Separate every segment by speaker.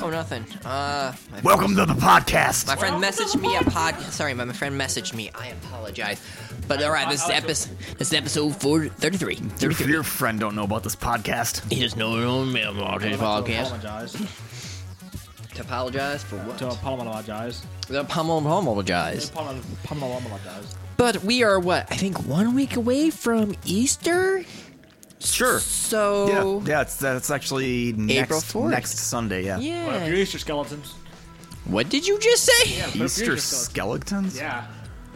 Speaker 1: Oh, nothing. Uh, my,
Speaker 2: Welcome to the podcast.
Speaker 1: my friend messaged me a pod. Sorry, my, my friend messaged me. I apologize. But all right, this is episode. This is episode four, 33.
Speaker 2: Your,
Speaker 1: 33.
Speaker 2: your friend don't know about this podcast.
Speaker 1: He just knows me about his podcast.
Speaker 3: apologize.
Speaker 1: To apologize for what?
Speaker 3: To apologize.
Speaker 1: The pummel apologize.
Speaker 3: Apolo- apolo- apologize.
Speaker 1: But we are what I think one week away from Easter.
Speaker 2: Sure.
Speaker 1: So
Speaker 2: Yeah, yeah. It's, that's actually next,
Speaker 1: April 4th.
Speaker 2: next Sunday. Yeah.
Speaker 3: Put up your Easter skeletons.
Speaker 1: What did you just say?
Speaker 3: Yeah, put up your
Speaker 2: Easter skeletons.
Speaker 4: Yeah.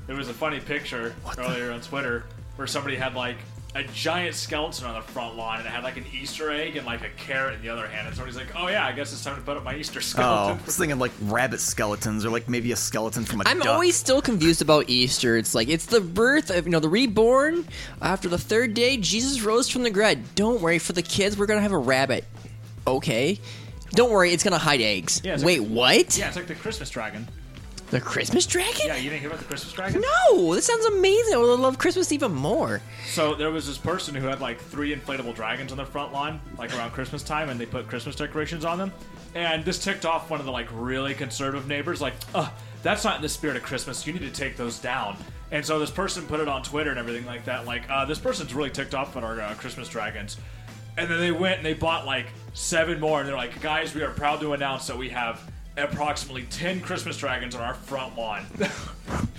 Speaker 4: There was a funny picture earlier on Twitter where somebody had like a giant skeleton on the front line and it had like an Easter egg and like a carrot in the other hand. And somebody's like, oh yeah, I guess it's time to put up my Easter
Speaker 2: Oh,
Speaker 4: skeleton.
Speaker 2: I was thinking like rabbit skeletons or like maybe a skeleton from a
Speaker 1: I'm
Speaker 2: duck.
Speaker 1: always still confused about Easter. It's like it's the birth of you know the reborn after the third day. Jesus rose from the dead. Don't worry for the kids. We're gonna have a rabbit. Okay. Don't worry. It's gonna hide eggs.
Speaker 4: Yeah, it's
Speaker 1: Wait, what?
Speaker 4: Yeah, it's like the Christmas dragon.
Speaker 1: The Christmas dragon?
Speaker 4: Yeah, you didn't hear about the Christmas dragon?
Speaker 1: No, this sounds amazing. I would love Christmas even more.
Speaker 4: So there was this person who had like three inflatable dragons on their front lawn, like around Christmas time, and they put Christmas decorations on them. And this ticked off one of the like really conservative neighbors, like, "Ugh, that's not in the spirit of Christmas. You need to take those down." And so this person put it on Twitter and everything like that, like, uh, "This person's really ticked off at our uh, Christmas dragons." And then they went and they bought like seven more, and they're like, "Guys, we are proud to announce that we have." Approximately 10 Christmas dragons on our front lawn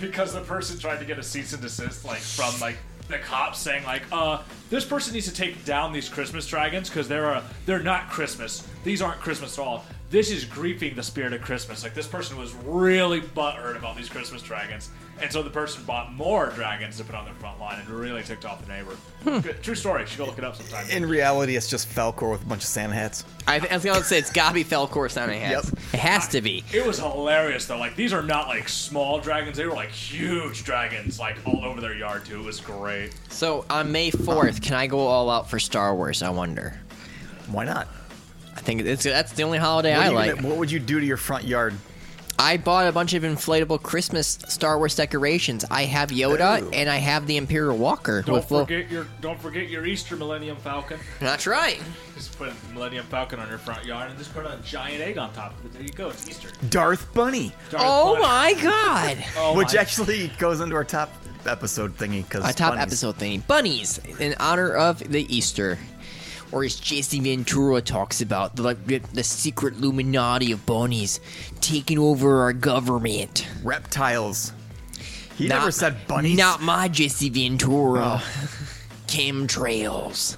Speaker 4: because the person tried to get a cease and desist like from like the cops saying like uh this person needs to take down these christmas dragons because they're uh, they're not christmas these aren't christmas at all this is grieving the spirit of christmas like this person was really butthurt about these christmas dragons and so the person bought more dragons to put on their front line and really ticked off the neighbor Good- true story you should go look it up sometime
Speaker 2: In reality, it's just Falcor with a bunch of Santa hats.
Speaker 1: I, I was gonna say it's gotta be Falcor Santa hats.
Speaker 2: Yep.
Speaker 1: It has to be.
Speaker 4: It was hilarious though. Like these are not like small dragons; they were like huge dragons, like all over their yard too. It was great.
Speaker 1: So on May fourth, can I go all out for Star Wars? I wonder.
Speaker 2: Why not?
Speaker 1: I think it's that's the only holiday
Speaker 2: What
Speaker 1: I
Speaker 2: are you
Speaker 1: like.
Speaker 2: gonna- what would you do to your front yard?
Speaker 1: I bought a bunch of inflatable Christmas Star Wars decorations. I have Yoda
Speaker 2: Ooh.
Speaker 1: and I have the Imperial Walker.
Speaker 4: Don't
Speaker 1: with little-
Speaker 4: forget your don't forget your Easter Millennium Falcon.
Speaker 1: That's right.
Speaker 4: Just put a Millennium Falcon on your front yard and just put a giant egg on top of it. There you go. It's Easter.
Speaker 2: Darth Bunny,
Speaker 4: Darn
Speaker 1: Oh
Speaker 4: funny.
Speaker 1: my god.
Speaker 4: Oh
Speaker 2: which
Speaker 4: my-
Speaker 2: actually goes into our top episode thingy because
Speaker 1: A top episode thingy. Bunnies in honor of the Easter. Or as Jesse Ventura talks about, the, like, the, the secret Illuminati of bunnies taking over our government.
Speaker 2: reptiles. He never said bunnies. Oh.
Speaker 1: Not my Jesse Ventura. Chemtrails.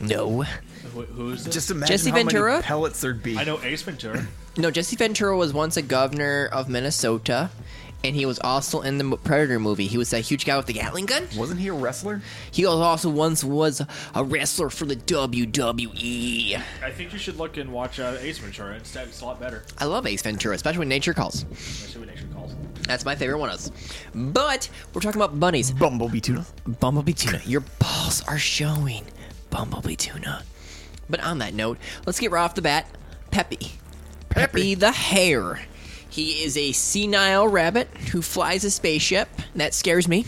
Speaker 1: No.
Speaker 4: Who, who is this?
Speaker 2: Just imagine
Speaker 1: Jesse
Speaker 2: how
Speaker 1: Ventura?
Speaker 2: many pellets there'd be.
Speaker 4: I know Ace Ventura.
Speaker 1: No, Jesse Ventura was once a governor of Minnesota, and he was also in the Predator movie. He was that huge guy with the Gatling gun.
Speaker 2: Wasn't he a wrestler?
Speaker 1: He was also once was a wrestler for the E. WWE.
Speaker 4: I think you should look and watch uh, Ace Ventura instead. It's a lot better.
Speaker 1: I love Ace Ventura, especially when nature calls.
Speaker 4: Let's see what nature calls. it.
Speaker 1: That's my favorite one of those. But we're talking about bunnies.
Speaker 2: Bumblebee tuna.
Speaker 1: Bumblebee tuna, your balls are showing. Bumblebee tuna. But on that note, let's get right off the bat. Peppy. Peppy the Hare. He is a senile rabbit who flies a spaceship. That scares me.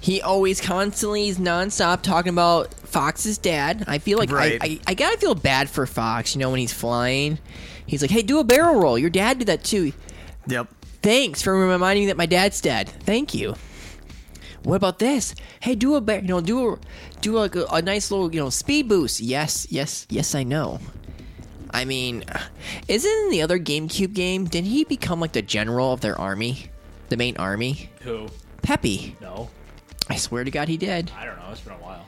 Speaker 1: He always constantly is nonstop talking about Fox's dad. I feel like
Speaker 2: Right.
Speaker 1: I, I, I gotta feel bad for Fox, you know, when he's flying. He's like, hey, do a barrel roll. Your dad did that too.
Speaker 2: Yep.
Speaker 1: Thanks for reminding me that my dad's dead. Thank you. What about this? Hey, do a ba- you know do a do like a, a nice little you know speed boost. Yes, yes, yes. I know. I mean, isn't in the other GameCube game? Didn't he become like the general of their army, the main army?
Speaker 4: Who?
Speaker 1: Peppy.
Speaker 4: No.
Speaker 1: I swear to God, he did.
Speaker 4: I don't know. It's been a while.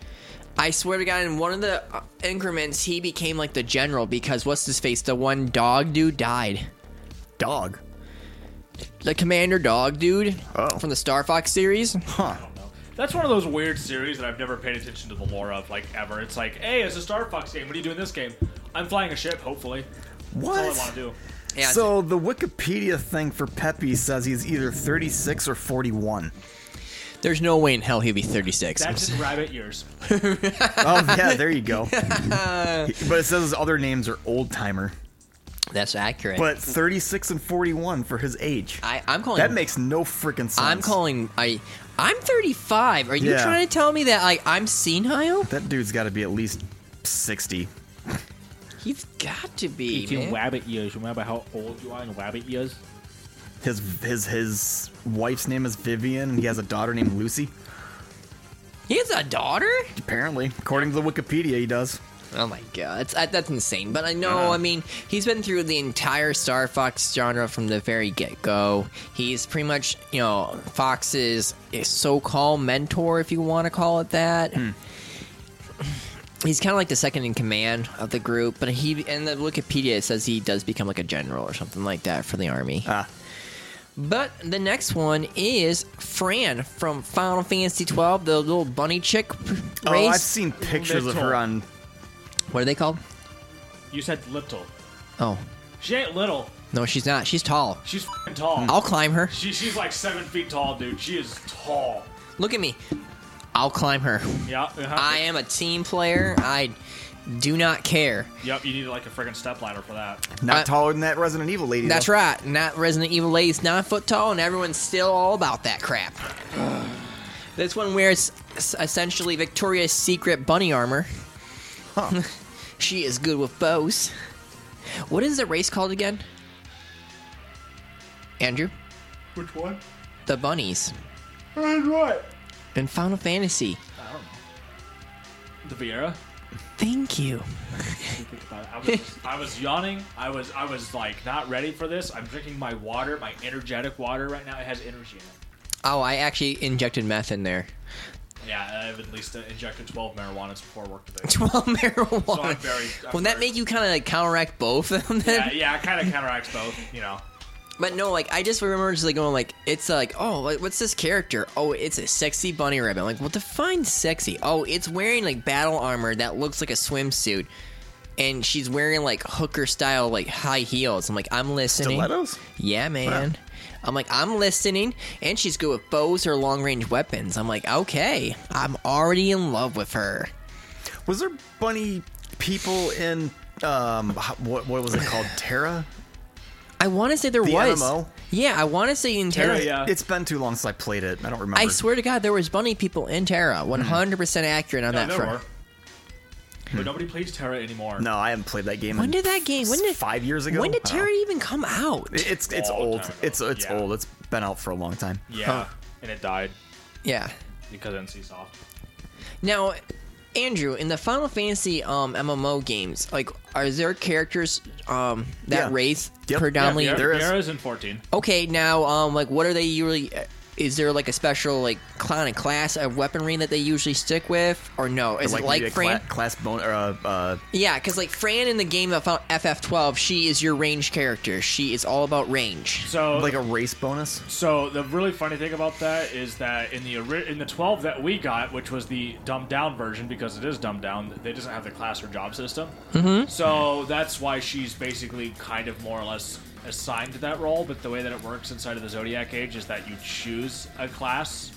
Speaker 1: I swear to God, in one of the uh, increments, he became like the general because what's his face? The one dog dude died.
Speaker 2: Dog.
Speaker 1: The commander dog dude
Speaker 2: Oh.
Speaker 1: from the Star Fox series.
Speaker 2: Huh.
Speaker 4: I don't know. That's one of those weird series that I've never paid attention to the lore of, like ever. It's like, hey, it's a Star Fox game. What do you do in this game? I'm flying a ship, hopefully. That's all I want
Speaker 2: What?
Speaker 4: to do.
Speaker 1: Yeah, it's-
Speaker 2: So the Wikipedia thing for Pepe says he's either 36 or 41.
Speaker 1: There's no way in hell he'll be 36.
Speaker 4: That's his rabbit years.
Speaker 2: Oh yeah, there you go. but it says his other names are old timer.
Speaker 1: That's accurate.
Speaker 2: But 36 and 41 for his age.
Speaker 1: I, I'm calling.
Speaker 2: That makes no freaking sense.
Speaker 1: I'm calling. I. I'm 35. Are you
Speaker 2: Yeah.
Speaker 1: trying to tell me that like I'm senile?
Speaker 2: That dude's got to be at least 60.
Speaker 1: He's got to be,
Speaker 3: Eating
Speaker 1: man.
Speaker 3: rabbit ears. Remember how old you are in rabbit ears?
Speaker 2: His his his wife's name is Vivian, and he has a daughter named Lucy.
Speaker 1: He has a daughter?
Speaker 2: Apparently, according to the Wikipedia, he does.
Speaker 1: Oh my god, that's, that- that's insane. But I know, I mean, he's been through the entire Star Fox genre from the very get go. He's pretty much, you know, Fox's so called mentor, if you want to call it that. He's kind of like the second in command of the group, but he and the Wikipedia it says he does become like a general or something like that for the army.
Speaker 2: Ah.
Speaker 1: But the next one is Fran from Final Fantasy twelve, the little bunny chick
Speaker 2: Oh, I've
Speaker 1: race.
Speaker 2: seen pictures of her
Speaker 4: Little.
Speaker 2: on.
Speaker 1: what are they called?
Speaker 4: You said little.
Speaker 1: Oh,
Speaker 4: She ain't little.
Speaker 1: No, she's not. She's tall.
Speaker 4: She's fing tall.
Speaker 1: I'll climb her.
Speaker 4: She, she's like seven feet tall, dude. She is tall.
Speaker 1: Look at me. I'll climb her.
Speaker 4: Yeah. Uh-huh.
Speaker 1: I am a team player. I do not care.
Speaker 4: Yep. You need like a freaking step ladder for that.
Speaker 2: Not
Speaker 1: I-
Speaker 2: taller than that Resident Evil lady.
Speaker 1: Uh, That's
Speaker 2: though.
Speaker 1: right. Not Resident Evil lady's nine foot tall, and everyone's still all about that crap. this one wears s- essentially Victoria's Secret bunny armor.
Speaker 2: Huh.
Speaker 1: She is good with bows. What is the race called again? Andrew?
Speaker 4: Which one?
Speaker 1: The bunnies.
Speaker 4: And what?
Speaker 1: In Final Fantasy.
Speaker 4: The Viera.
Speaker 1: Thank you.
Speaker 4: I was, I was yawning. I was I was like not ready for this. I'm drinking my water, my energetic water right now. It has energy in it.
Speaker 1: Oh, I actually injected meth in there.
Speaker 4: Yeah, I've at least uh, injected 12 marijuanas before work today.
Speaker 1: 12 marijuana.
Speaker 4: So I'm very- I'm
Speaker 1: Wouldn't that
Speaker 4: very-
Speaker 1: make you kind of like counteract both of them then?
Speaker 4: yeah, yeah, it kind of counteracts both, you know.
Speaker 1: But no, like I just remember just like going like it's like oh like, what's this character? Oh, it's a sexy bunny rabbit. like well, define sexy. Oh, it's wearing like battle armor that looks like a swimsuit, and she's wearing like hooker style like high heels. I'm like I'm listening.
Speaker 2: Stilettos?
Speaker 1: Yeah, man. I'm like I'm listening, and she's good with bows or long range weapons. I'm like okay, I'm already in love with her.
Speaker 2: Was there bunny people in um h- what what was it called? Terra.
Speaker 1: I want to say there
Speaker 2: The
Speaker 1: was.
Speaker 2: MMO?
Speaker 1: Yeah, I want to say in Terra.
Speaker 4: Terra, yeah.
Speaker 2: It's been too long since I played it. I don't remember.
Speaker 1: I swear to God, there was bunny people in Terra.
Speaker 2: Hmm.
Speaker 1: 100% accurate on
Speaker 4: No,
Speaker 1: that
Speaker 4: there
Speaker 1: front.
Speaker 4: were. But nobody plays Terra anymore.
Speaker 2: No, I haven't played that game.
Speaker 1: When
Speaker 2: in
Speaker 1: did that game? When
Speaker 2: s-
Speaker 1: did
Speaker 2: five years ago?
Speaker 1: When did
Speaker 2: I don't know.
Speaker 1: Terra even come out?
Speaker 2: It- It's it's
Speaker 4: Long
Speaker 2: old.
Speaker 4: time ago.
Speaker 2: It's it's
Speaker 4: Yeah.
Speaker 2: old. It's been out for a long time.
Speaker 4: Yeah,
Speaker 1: Huh.
Speaker 4: and it died
Speaker 1: yeah.
Speaker 4: because NCSoft.
Speaker 1: Now, Andrew, in the Final Fantasy um, MMO games, like, are there characters um, that
Speaker 2: Yeah.
Speaker 1: race
Speaker 2: Yep.
Speaker 1: predominantly?
Speaker 4: Yeah,
Speaker 2: there is-
Speaker 4: Viera is in 14.
Speaker 1: Okay, now, um, like, what are they usually? uh, Is there like a special like clan and class of weaponry that they usually stick with, or no? Is it
Speaker 2: maybe
Speaker 1: like
Speaker 2: a cla-
Speaker 1: Fran?
Speaker 2: class bone or uh, uh,
Speaker 1: Yeah, because like Fran in the game of uh, FF12, she is your range character. She is all about range.
Speaker 4: So
Speaker 2: like a race bonus.
Speaker 4: So the really funny thing about that is that in the ori- in the 12 that we got, which was the dumbed down version because it is dumbed down, they doesn't have the class or job system. Mm-hmm. So that's why she's basically kind of more or less assigned to that role. But the way that it works inside of the Zodiac Age is that you choose a class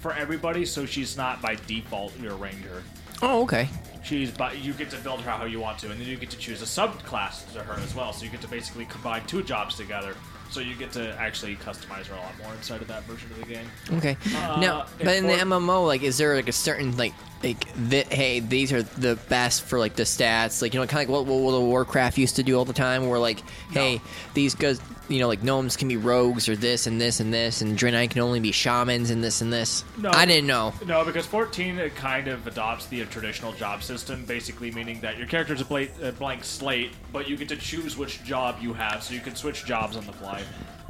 Speaker 4: for everybody, so she's not by default your ranger.
Speaker 1: Oh, okay.
Speaker 4: She's but you get to build her how you want to, and then you get to choose a subclass to her as well. So you get to basically combine two jobs together. So you get to actually customize her a lot more inside of that version of the game.
Speaker 1: Okay. now,
Speaker 4: and
Speaker 1: but in the
Speaker 4: Uh, for-
Speaker 1: MMO, like, is there like a certain like like that? Hey, these are the best for like the stats. Like you know, kind of like what World of Warcraft used to do all the time, where like, hey, these guys, you know, like gnomes can be rogues or this and this and this, and Draenei can only be shamans and this and this.
Speaker 4: No.
Speaker 1: I didn't know.
Speaker 4: No, because 14 it kind of adopts the traditional job system, basically meaning that your character's a, bla- a blank slate, but you get to choose which job you have, so you can switch jobs on the fly.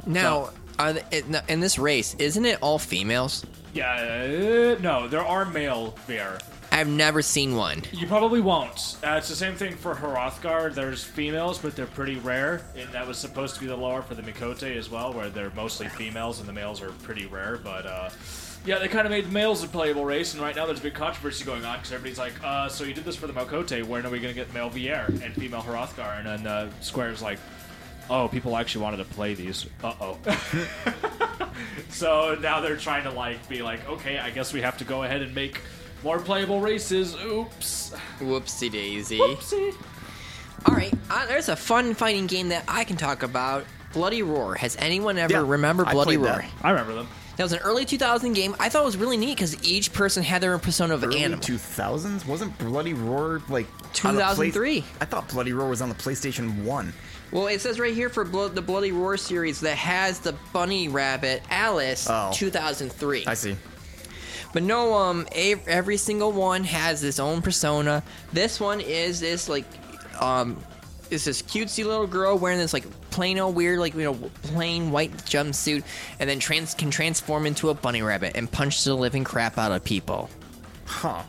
Speaker 1: Now, are the, in- in this race, isn't it all females?
Speaker 4: Yeah, uh, no, there are male bear.
Speaker 1: I've never seen one.
Speaker 4: You probably won't. Uh, it's the same thing for Hrothgar. There's females, but they're pretty rare, and that was supposed to be the lore for the Mikote as well, where they're mostly females and the males are pretty rare. But uh, yeah, they kind of made the males a playable race, and right now there's a big controversy going on because everybody's like, uh, "So you did this for the Mikote? When are we going to get male Vierre and female Hrothgar?" And then uh, Square's like, "Oh, people actually wanted to play these. Uh oh." So now they're trying to like be like, okay, I guess we have to go ahead and make more playable races. Oops.
Speaker 1: Whoopsie daisy.
Speaker 4: Oopsie.
Speaker 1: All right, uh, there's a fun fighting game that I can talk about. Bloody Roar. Has anyone ever
Speaker 2: Yeah,
Speaker 1: remember
Speaker 2: I
Speaker 1: Bloody
Speaker 2: played
Speaker 1: Roar?
Speaker 2: that.
Speaker 4: I remember them.
Speaker 1: That was an early 2000 game. I thought it was really neat because each person had their own persona of an animal.
Speaker 2: Two thousands wasn't Bloody Roar like on the Play-
Speaker 1: 2003.
Speaker 2: I thought Bloody Roar was on the PlayStation One.
Speaker 1: Well, it says right here for Blo- the Bloody Roar series that has the bunny rabbit Alice,
Speaker 2: Oh.
Speaker 1: 2003.
Speaker 2: I see.
Speaker 1: But no, um, a- every single one has its own persona. This one is this like, um, is this cutesy little girl wearing this like plain old weird like you know plain white jumpsuit, and then trans can transform into a bunny rabbit and punch the living crap out of people.
Speaker 2: Huh.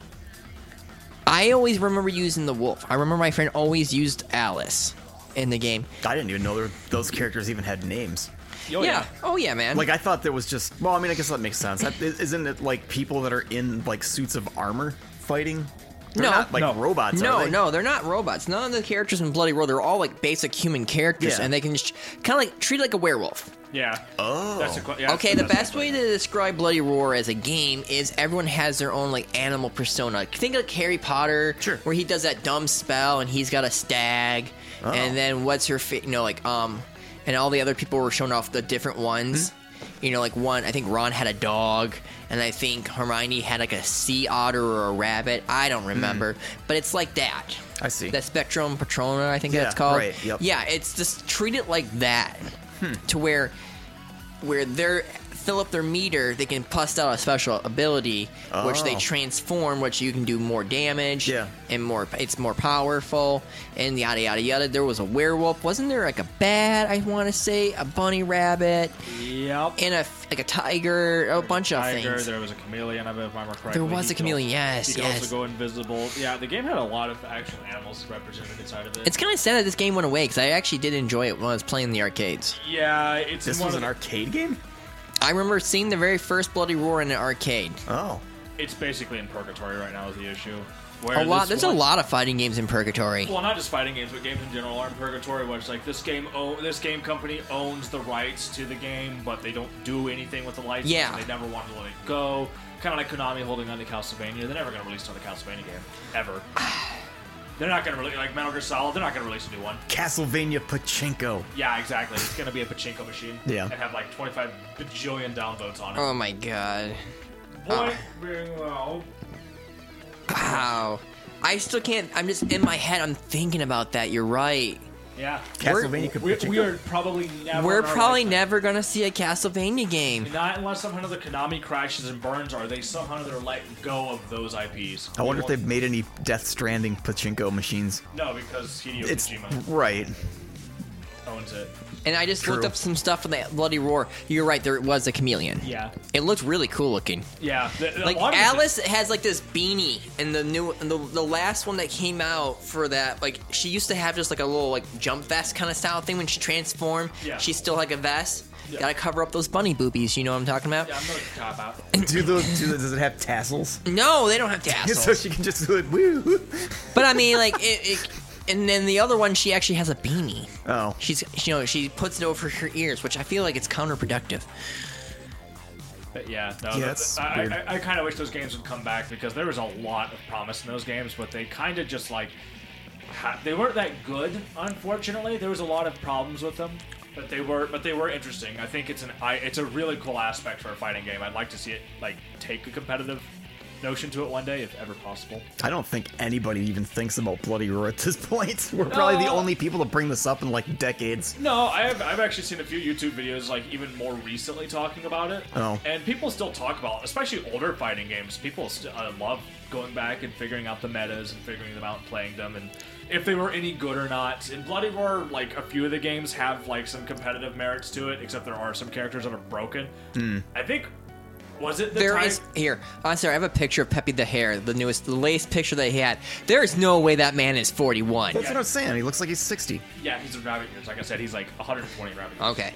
Speaker 1: I always remember using the wolf. I remember my friend always used Alice in the game.
Speaker 2: I didn't even know there, those characters even had names.
Speaker 4: Yo,
Speaker 1: yeah. Oh yeah, man.
Speaker 2: Like I thought there was just. Well, I mean, I guess that makes sense. That, isn't it like people that are in like suits of armor fighting? They're
Speaker 1: No.
Speaker 2: not like
Speaker 4: No.
Speaker 2: robots.
Speaker 1: No,
Speaker 2: are they?
Speaker 1: no, they're not robots. None of the characters in Bloody Roar, they're all like basic human characters,
Speaker 2: Yeah.
Speaker 1: and they can sh- kind of like treat it like a werewolf.
Speaker 4: Yeah.
Speaker 2: Oh.
Speaker 4: That's a, que- yeah,
Speaker 1: okay, the
Speaker 4: that's a-
Speaker 1: best way to describe Bloody Roar as a game is everyone has their own like animal persona. Think like Harry Potter,
Speaker 2: Sure.
Speaker 1: where he does that dumb spell and he's got a stag,
Speaker 2: Oh.
Speaker 1: and then what's her, fa- you know, like um, and all the other people were showing off the different
Speaker 2: Hmm?
Speaker 1: ones. You know, like one, I think Ron had a dog, and I think Hermione had like a sea otter or a rabbit. I don't remember, but it's like that.
Speaker 2: Hmm. I see.
Speaker 1: The Spectrum Patrona, I think
Speaker 2: Yeah,
Speaker 1: that's called.
Speaker 2: right, yep. Hmm.
Speaker 1: Yeah, it's just treat it like that, to where where they're fill up their meter, they can bust out a special ability, which they
Speaker 2: Oh.
Speaker 1: transform, which you can do more damage.
Speaker 2: Yeah.
Speaker 1: and more it's more powerful, and yada yada yada. There was a werewolf, wasn't there? Like a bat, I want to say, a bunny rabbit,
Speaker 4: Yep.
Speaker 1: and a f- like a tiger, a bunch of
Speaker 4: Tiger,
Speaker 1: things.
Speaker 4: There was a chameleon, I remember correctly.
Speaker 1: There was
Speaker 4: He
Speaker 1: a chameleon,
Speaker 4: could-
Speaker 1: yes,
Speaker 4: He could
Speaker 1: yes.
Speaker 4: also go invisible. Yeah, the game had a lot of actual animals represented inside of it.
Speaker 1: It's kind of sad that this game went away because I actually did enjoy it when I was playing the arcades.
Speaker 4: yeah, it's
Speaker 2: This
Speaker 4: in one
Speaker 2: was
Speaker 4: of
Speaker 2: an
Speaker 4: the-
Speaker 2: arcade game.
Speaker 1: I remember seeing the very first Bloody Roar in an arcade.
Speaker 2: Oh.
Speaker 4: It's basically in purgatory right now is the issue. Where
Speaker 1: A lot.
Speaker 4: this
Speaker 1: There's
Speaker 4: one-
Speaker 1: a lot of fighting games in Purgatory.
Speaker 4: Well, not just fighting games, but games in general are in purgatory. Where it's like this game, o- this game company owns the rights to the game, but they don't do anything with the license.
Speaker 1: Yeah.
Speaker 4: and they never wanted to let it go. Kind of like Konami holding on to Castlevania. They're never going to release another Castlevania game ever. they're not going to release like Metal Gear Solid. They're not going to release a new one.
Speaker 2: Castlevania Pachinko.
Speaker 4: Yeah, exactly. It's going to be a pachinko machine.
Speaker 2: Yeah.
Speaker 4: and have like 25 bajillion downvotes on it.
Speaker 1: Oh uh. my god.
Speaker 4: Point being, well,
Speaker 1: Wow. I still can't. I'm just in my head. I'm thinking about that. You're right.
Speaker 4: yeah,
Speaker 2: Castlevania
Speaker 4: we,
Speaker 2: Pachinko.
Speaker 4: we are probably never.
Speaker 1: We're
Speaker 4: in our
Speaker 1: probably
Speaker 4: lifetime-
Speaker 1: never gonna see a Castlevania game.
Speaker 4: Not unless somehow another Konami crashes and burns, or they somehow another let go of those IPs.
Speaker 2: I wonder if
Speaker 4: Well,
Speaker 2: they've made any Death Stranding Pachinko machines.
Speaker 4: No, because Hideo
Speaker 2: It's
Speaker 4: Kojima
Speaker 2: right.
Speaker 4: owns it.
Speaker 1: And I just looked
Speaker 2: True.
Speaker 1: up some stuff on the Bloody Roar. You're right. There was a chameleon.
Speaker 4: Yeah.
Speaker 1: It looked really cool looking.
Speaker 4: Yeah. the- the-
Speaker 1: Like
Speaker 4: a lot of it-
Speaker 1: Alice has like this beanie, and the new, and the, the last one that came out for that, like she used to have just like a little like jump vest kind of style thing when she transformed.
Speaker 4: Yeah.
Speaker 1: She still like a vest.
Speaker 4: Yeah.
Speaker 1: Gotta cover up those bunny boobies. You know what I'm talking about?
Speaker 4: Yeah, I'm gonna cop out.
Speaker 2: Do those? Do the, does it have tassels?
Speaker 1: No, they don't have to ask.
Speaker 2: so she can just do it. Woo.
Speaker 1: But I mean, like, it, it, and then the other one, she actually has a beanie.
Speaker 2: Oh.
Speaker 1: She's, you know, she puts it over her ears, which I feel like it's counterproductive.
Speaker 4: But yeah, no,
Speaker 2: Yeah,
Speaker 4: the-
Speaker 2: that's
Speaker 4: I,
Speaker 2: weird.
Speaker 4: I, I kind of wish those games would come back because there was a lot of promise in those games, but they kind of just like ha- they weren't that good. Unfortunately, there was a lot of problems with them, but they were but they were interesting. I think it's an I, it's a really cool aspect for a fighting game. I'd like to see it like take a competitive notion to it one day, if ever possible.
Speaker 2: I don't think anybody even thinks about Bloody Roar at this point. We're probably
Speaker 1: Oh.
Speaker 2: the
Speaker 4: No.
Speaker 2: only people to bring this up in like decades.
Speaker 4: No, I've, I've actually seen a few YouTube videos, like even more recently, talking about it.
Speaker 2: Oh.
Speaker 4: And people still talk about, especially older fighting games. People still uh, love going back and figuring out the metas and figuring them out and playing them and if they were any good or not. In Bloody Roar, like a few of the games have like some competitive merits to it, except there are some characters that are broken.
Speaker 2: Hmm.
Speaker 4: I think was it the
Speaker 1: There
Speaker 4: time-
Speaker 1: is here. I'm sorry, I have a picture of Pepe the Hare, the newest, the latest picture that he had. There is no way that man is 41.
Speaker 2: That's what I'm saying. He looks like he's 60.
Speaker 4: Yeah, he's a rabbit years. Like I said, he's like 120 rabbit years.
Speaker 1: Okay.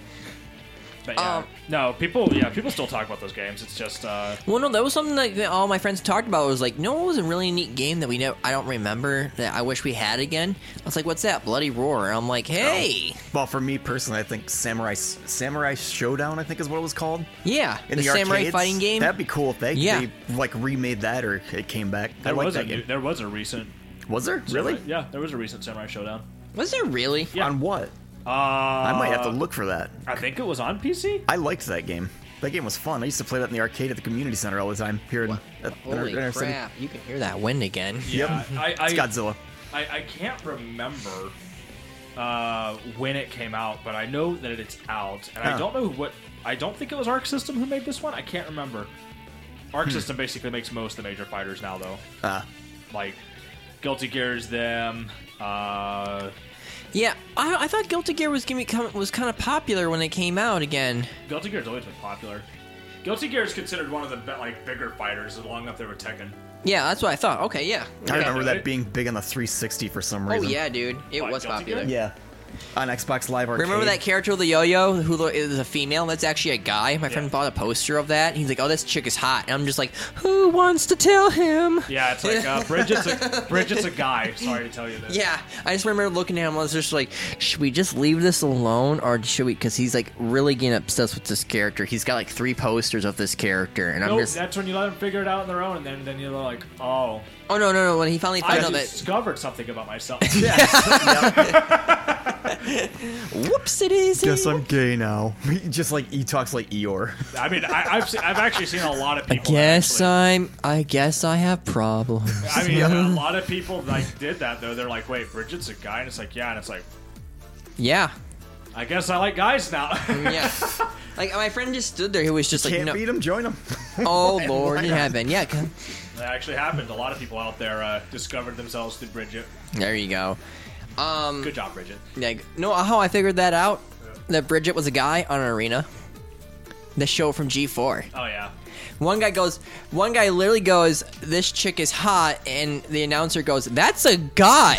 Speaker 4: But yeah,
Speaker 1: um,
Speaker 4: no, people, yeah, people still talk about those games. It's just. uh
Speaker 1: Well, no, that was something that that all my friends talked about. It was like, no, it was a really neat game that we know. I don't remember that. I wish we had again. I was like, what's that? Bloody Roar. I'm like, hey,
Speaker 2: Well, for me personally, I think Samurai Samurai Showdown, I think is what it was called.
Speaker 1: yeah,
Speaker 2: In
Speaker 1: the, samurai
Speaker 2: arcades.
Speaker 1: fighting game.
Speaker 2: That'd be cool if they,
Speaker 1: Yeah.
Speaker 2: they like remade that or it came back. I
Speaker 4: There
Speaker 2: like
Speaker 4: was
Speaker 2: that
Speaker 4: a
Speaker 2: game.
Speaker 4: there was a recent
Speaker 2: Was there really?
Speaker 4: Samurai- yeah, there was a recent Samurai Showdown.
Speaker 1: was there really?
Speaker 4: Yeah.
Speaker 2: On what?
Speaker 4: Uh,
Speaker 2: I might have to look for that.
Speaker 4: I think it was on PC.
Speaker 2: I liked that game. That game was fun. I used to play that in the arcade at the community center all the time here in, at, in our-
Speaker 1: Holy
Speaker 2: in our city.
Speaker 1: crap! You can hear that wind again.
Speaker 2: Yep.
Speaker 4: I, I,
Speaker 2: It's Godzilla.
Speaker 4: I, I can't remember uh, when it came out, but I know that it's out, and I
Speaker 2: Huh.
Speaker 4: don't know what. I don't think it was Arc System who made this one. I can't remember. Arc System basically makes most of the major fighters now, though.
Speaker 2: Hmm. Ah.
Speaker 4: Like Guilty Gear's them. Uh,
Speaker 1: Yeah, I, I thought Guilty Gear was gonna become was kind of popular when it came out again.
Speaker 4: Guilty Gear's always been popular. Guilty Gear is considered one of the be- like bigger fighters, along up there with Tekken.
Speaker 1: Yeah, that's what I thought. Okay, yeah.
Speaker 2: I remember
Speaker 4: right?
Speaker 2: that being big on the 360 for some
Speaker 1: Oh
Speaker 2: reason.
Speaker 1: yeah, dude, it
Speaker 4: What,
Speaker 1: was
Speaker 4: Guilty Gear?
Speaker 1: popular.
Speaker 2: Yeah. On Xbox Live Arcade.
Speaker 1: Remember that character with the yo-yo who lo- is a female? That's actually a guy. My friend
Speaker 4: Yeah.
Speaker 1: bought a poster of that. He's like, "Oh, this chick is hot," and I'm just like, "Who wants to tell him?"
Speaker 4: Yeah, it's like uh, Bridget's a Bridget's a guy. Sorry to tell you this.
Speaker 1: Yeah, I just remember looking at him. I was just like, "Should we just leave this alone, or should we?" Because he's like really getting obsessed with this character. He's got like three posters of this character, and I'm
Speaker 4: Nope,
Speaker 1: just,
Speaker 4: that's when you let them figure it out on their own, and then then you're like, oh,
Speaker 1: "Oh no, no, no!" When he finally
Speaker 4: I
Speaker 1: found out that,
Speaker 4: discovered something about myself.
Speaker 1: whoops, it is.
Speaker 2: Guess I'm gay now. Just like he talks like Eeyore.
Speaker 4: I mean, I, I've se- I've actually seen a lot of people.
Speaker 1: Guess uh,
Speaker 4: actually-
Speaker 1: I'm. I guess I have problems.
Speaker 4: I mean, a lot of people like did that though. They're like, wait, Bridget's a guy, and it's like, yeah, and it's like,
Speaker 1: yeah,
Speaker 4: I guess I like guys now.
Speaker 1: yeah. Like my friend just stood there. He was just like,
Speaker 2: Can't
Speaker 1: no,
Speaker 2: beat him, join him.
Speaker 1: "Oh Lord in
Speaker 2: not?
Speaker 1: heaven." Yeah, come-
Speaker 4: that actually happened. A lot of people out there uh, discovered themselves through Bridget.
Speaker 1: there you go. Um,
Speaker 4: Good job, Bridget.
Speaker 1: Like, know how I figured that out? That Bridget was a guy on an arena. The show from G4.
Speaker 4: Oh yeah,
Speaker 1: One guy goes, one guy literally goes, "This chick is hot," and the announcer goes, "That's a guy."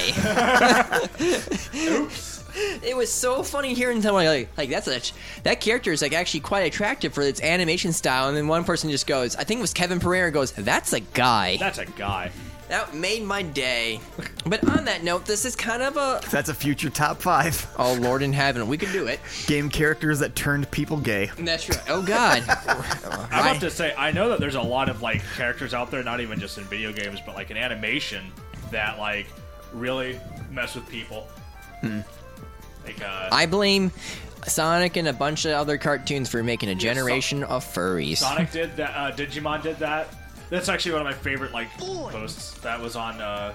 Speaker 1: It was so funny hearing someone like, like that's a that character is like actually quite attractive for its animation style, and then one person just goes, I think it was Kevin Pereira goes, "That's a guy."
Speaker 4: that's a guy.
Speaker 1: That made my day. But on that note, this is kind of a
Speaker 2: That's a future top five.
Speaker 1: oh Lord in heaven, we could do it.
Speaker 2: Game characters that turned people gay.
Speaker 1: And that's right. Oh God,
Speaker 4: I have to say, I know that there's a lot of like characters out there, not even just in video games, but like in animation that like really mess with people. Like, uh,
Speaker 1: I blame Sonic and a bunch of other cartoons for making a generation of furries.
Speaker 4: Sonic did that. Uh, Digimon did that. That's actually one of my favorite like posts that was on uh,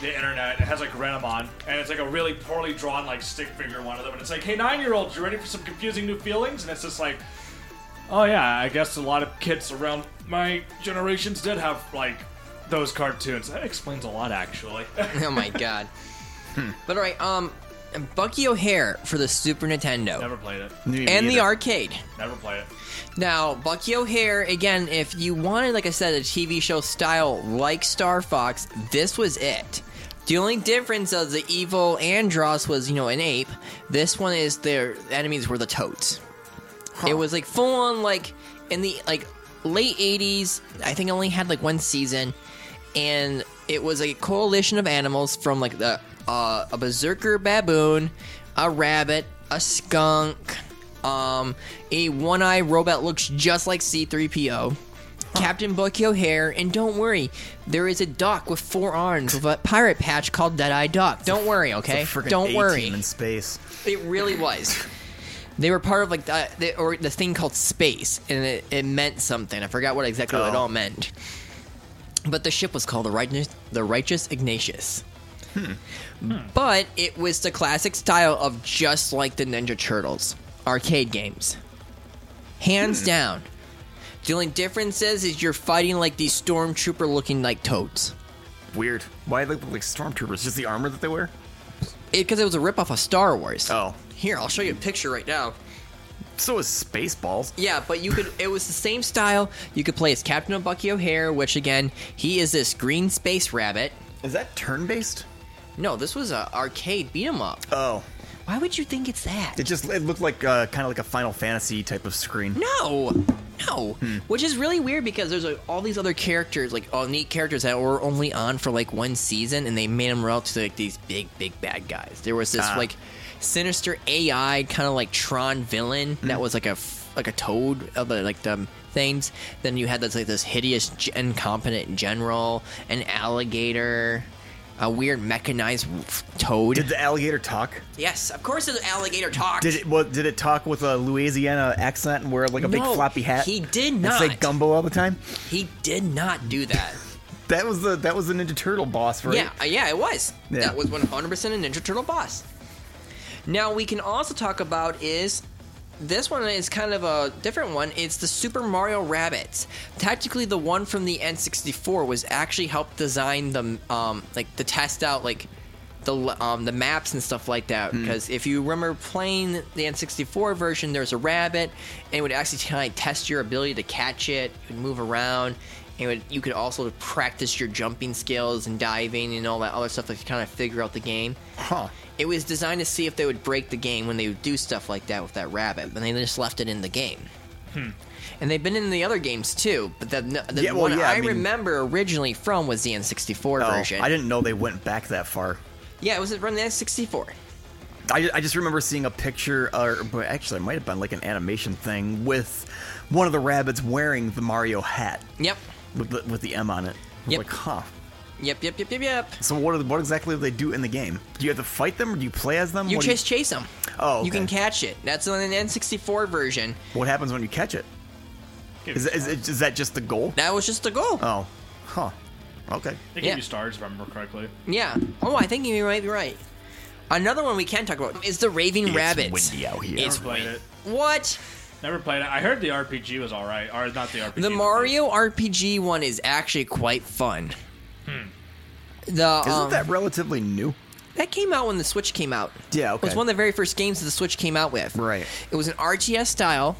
Speaker 4: the internet. It has like Renamon, and it's like a really poorly drawn like stick figure one of them, and it's like, "Hey, nine-year-olds, you ready for some confusing new feelings?" And it's just like, "Oh yeah, I guess a lot of kids around my generations did have like those cartoons." That explains a lot, actually.
Speaker 1: oh my God. But all right, um, Bucky O'Hare for the Super Nintendo
Speaker 4: Never played it.
Speaker 1: and the arcade.
Speaker 4: Never played it.
Speaker 1: Now, Bucky O'Hare, again, if you wanted, like I said, a TV show style like Star Fox, this was it. The only difference of the evil Andross was, you know, an ape. This one is their enemies were the toads. It was like full on, like, in the like late 80s, I think it only had like one season, and it was a coalition of animals from like the uh, a berserker baboon, a rabbit, a skunk, um, a one eye robot looks just like C3PO. Captain Bucky O'Hare, and don't worry, there is a duck with four arms with a pirate patch called Deadeye Duck. Don't worry, okay?
Speaker 2: Frickin'
Speaker 1: Don't
Speaker 2: A-Team
Speaker 1: worry.
Speaker 2: In space.
Speaker 1: It really was. They were part of like the, the or the thing called space, and it, it meant something. I forgot what exactly what it
Speaker 2: Oh.
Speaker 1: all meant. But the ship was called the righteous, the righteous Ignatius.
Speaker 2: Hmm.
Speaker 1: But it was the classic style of just like the Ninja Turtles arcade games, hands
Speaker 2: Hmm.
Speaker 1: down. The only difference is, is you're fighting like these stormtrooper looking like toads.
Speaker 2: Weird. Why they look like stormtroopers? Just the armor that they wear?
Speaker 1: Because it, was a ripoff of Star Wars.
Speaker 2: Oh.
Speaker 1: Here, I'll show you a picture right now.
Speaker 2: So is Spaceballs.
Speaker 1: Yeah, but you could. It was the same style. You could play as Captain Bucky O'Hare, which again, he is this green space rabbit.
Speaker 2: Is that turn based?
Speaker 1: No, this was a arcade beat 'em up.
Speaker 2: Oh.
Speaker 1: Why would you think it's that?
Speaker 2: It just it looked like uh, kind of like a Final Fantasy type of screen.
Speaker 1: No, no.
Speaker 2: Hmm.
Speaker 1: Which is really weird because there's like, all these other characters, like all neat characters that were only on for like one season, and they made them real to like these big, big bad guys. There was this
Speaker 2: Ah.
Speaker 1: like sinister AI kind of like Tron villain
Speaker 2: Hmm.
Speaker 1: that was like a f- like a toad of the like the things. Then you had this like this hideous, g- incompetent general, an alligator. a weird mechanized toad.
Speaker 2: Did the alligator talk?
Speaker 1: yes, of course, an alligator talked.
Speaker 2: Did it? What, did it talk with a Louisiana accent and wear like a big
Speaker 1: No,
Speaker 2: floppy hat?
Speaker 1: he did
Speaker 2: and
Speaker 1: not.
Speaker 2: say gumbo all the time.
Speaker 1: he did not do that.
Speaker 2: That was the that was the Ninja Turtle boss, right?
Speaker 1: Yeah, uh, yeah, it was.
Speaker 2: Yeah.
Speaker 1: That was 100% a Ninja Turtle boss. Now we can also talk about is this one is kind of a different one. It's the Super Mario Rabbits. Tactically, the one from the N64 was actually helped design the um like the test out like the l- um the maps and stuff like that. Because if you remember playing the N64 version, there's a rabbit and it would actually kind of test your ability to catch it and move around. And it would, you could also practice your jumping skills and diving and all that other stuff to kind of figure out the game.
Speaker 2: Huh.
Speaker 1: It was designed to see if they would break the game when they would do stuff like that with that rabbit, and they just left it in the game. And they've been in the other games too, but the, the
Speaker 2: Hmm. Yeah, well,
Speaker 1: one
Speaker 2: yeah,
Speaker 1: I,
Speaker 2: I mean-
Speaker 1: remember originally from was the N64
Speaker 2: Oh,
Speaker 1: version.
Speaker 2: I didn't know they went back that far.
Speaker 1: yeah, it was from the N64.
Speaker 2: I, ju- I just remember seeing a picture, or but actually, it might have been like an animation thing with one of the rabbits wearing the Mario hat
Speaker 1: Yep.
Speaker 2: with the, with the M on it. I was
Speaker 1: Yep.
Speaker 2: Like, huh.
Speaker 1: Yep, yep, yep, yep, yep.
Speaker 2: So what are the, what exactly do they do in the game? Do you have to fight them, or do you play as them?
Speaker 1: You
Speaker 2: what do
Speaker 1: just chase them.
Speaker 2: Oh,
Speaker 1: You
Speaker 2: okay.
Speaker 1: can catch it. That's on an N64 version.
Speaker 2: What happens when you catch it?
Speaker 4: Give
Speaker 2: Is,
Speaker 4: you
Speaker 2: is,
Speaker 4: stars.
Speaker 2: is that just the goal?
Speaker 1: That was just a goal.
Speaker 2: Oh, huh. Okay.
Speaker 4: They
Speaker 1: yeah.
Speaker 4: gave you stars if I remember correctly.
Speaker 1: Yeah. Oh, I think you might be right. Another one we can talk about is the Raving
Speaker 2: It's
Speaker 1: Rabbits.
Speaker 2: windy out here.
Speaker 1: It's
Speaker 4: Never played
Speaker 1: windy.
Speaker 4: it.
Speaker 1: What?
Speaker 4: Never played it. I heard the RPG was all right, or not the RPG.
Speaker 1: The Mario RPG one is actually quite fun. The
Speaker 2: Hmm. Isn't
Speaker 1: um,
Speaker 2: that
Speaker 1: that
Speaker 2: relatively new?
Speaker 1: came out when the Switch came out.
Speaker 2: Yeah,
Speaker 1: It was
Speaker 2: okay.
Speaker 1: one of the very first games that the Switch came out with.
Speaker 2: Right.
Speaker 1: It was an RTS style,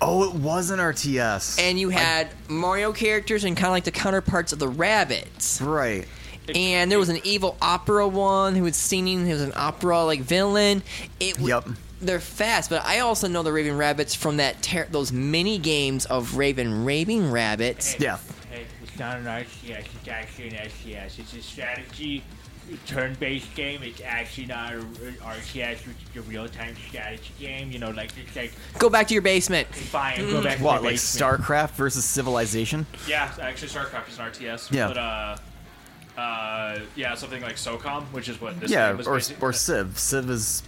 Speaker 2: Oh, it was an RTS.
Speaker 1: and you had Mario characters and kind of like the counterparts of the rabbits.
Speaker 2: right.
Speaker 1: And there was an evil opera one who was singing. He was an opera like villain. It w-
Speaker 2: Yep.
Speaker 1: They're fast, but I also know the Raven Rabbits from that ter- those mini games of Raven Raving Rabbits.
Speaker 2: Yeah.
Speaker 4: Hey, it's not an RTS. It's actually an RTS. It's a strategy turn-based game. It's actually not an RTS, which is a real-time strategy game. You know, like it's like
Speaker 1: Go back to your basement.
Speaker 4: fine. Go back to
Speaker 2: Mm. What,
Speaker 4: your
Speaker 2: like
Speaker 4: basement.
Speaker 2: StarCraft versus Civilization?
Speaker 4: Yeah, actually, StarCraft is an RTS.
Speaker 2: Yeah.
Speaker 4: But, uh, uh, yeah, something like SOCOM, which is what this
Speaker 2: Yeah,
Speaker 4: game is
Speaker 2: or,
Speaker 4: basi-
Speaker 2: or Civ. Civ is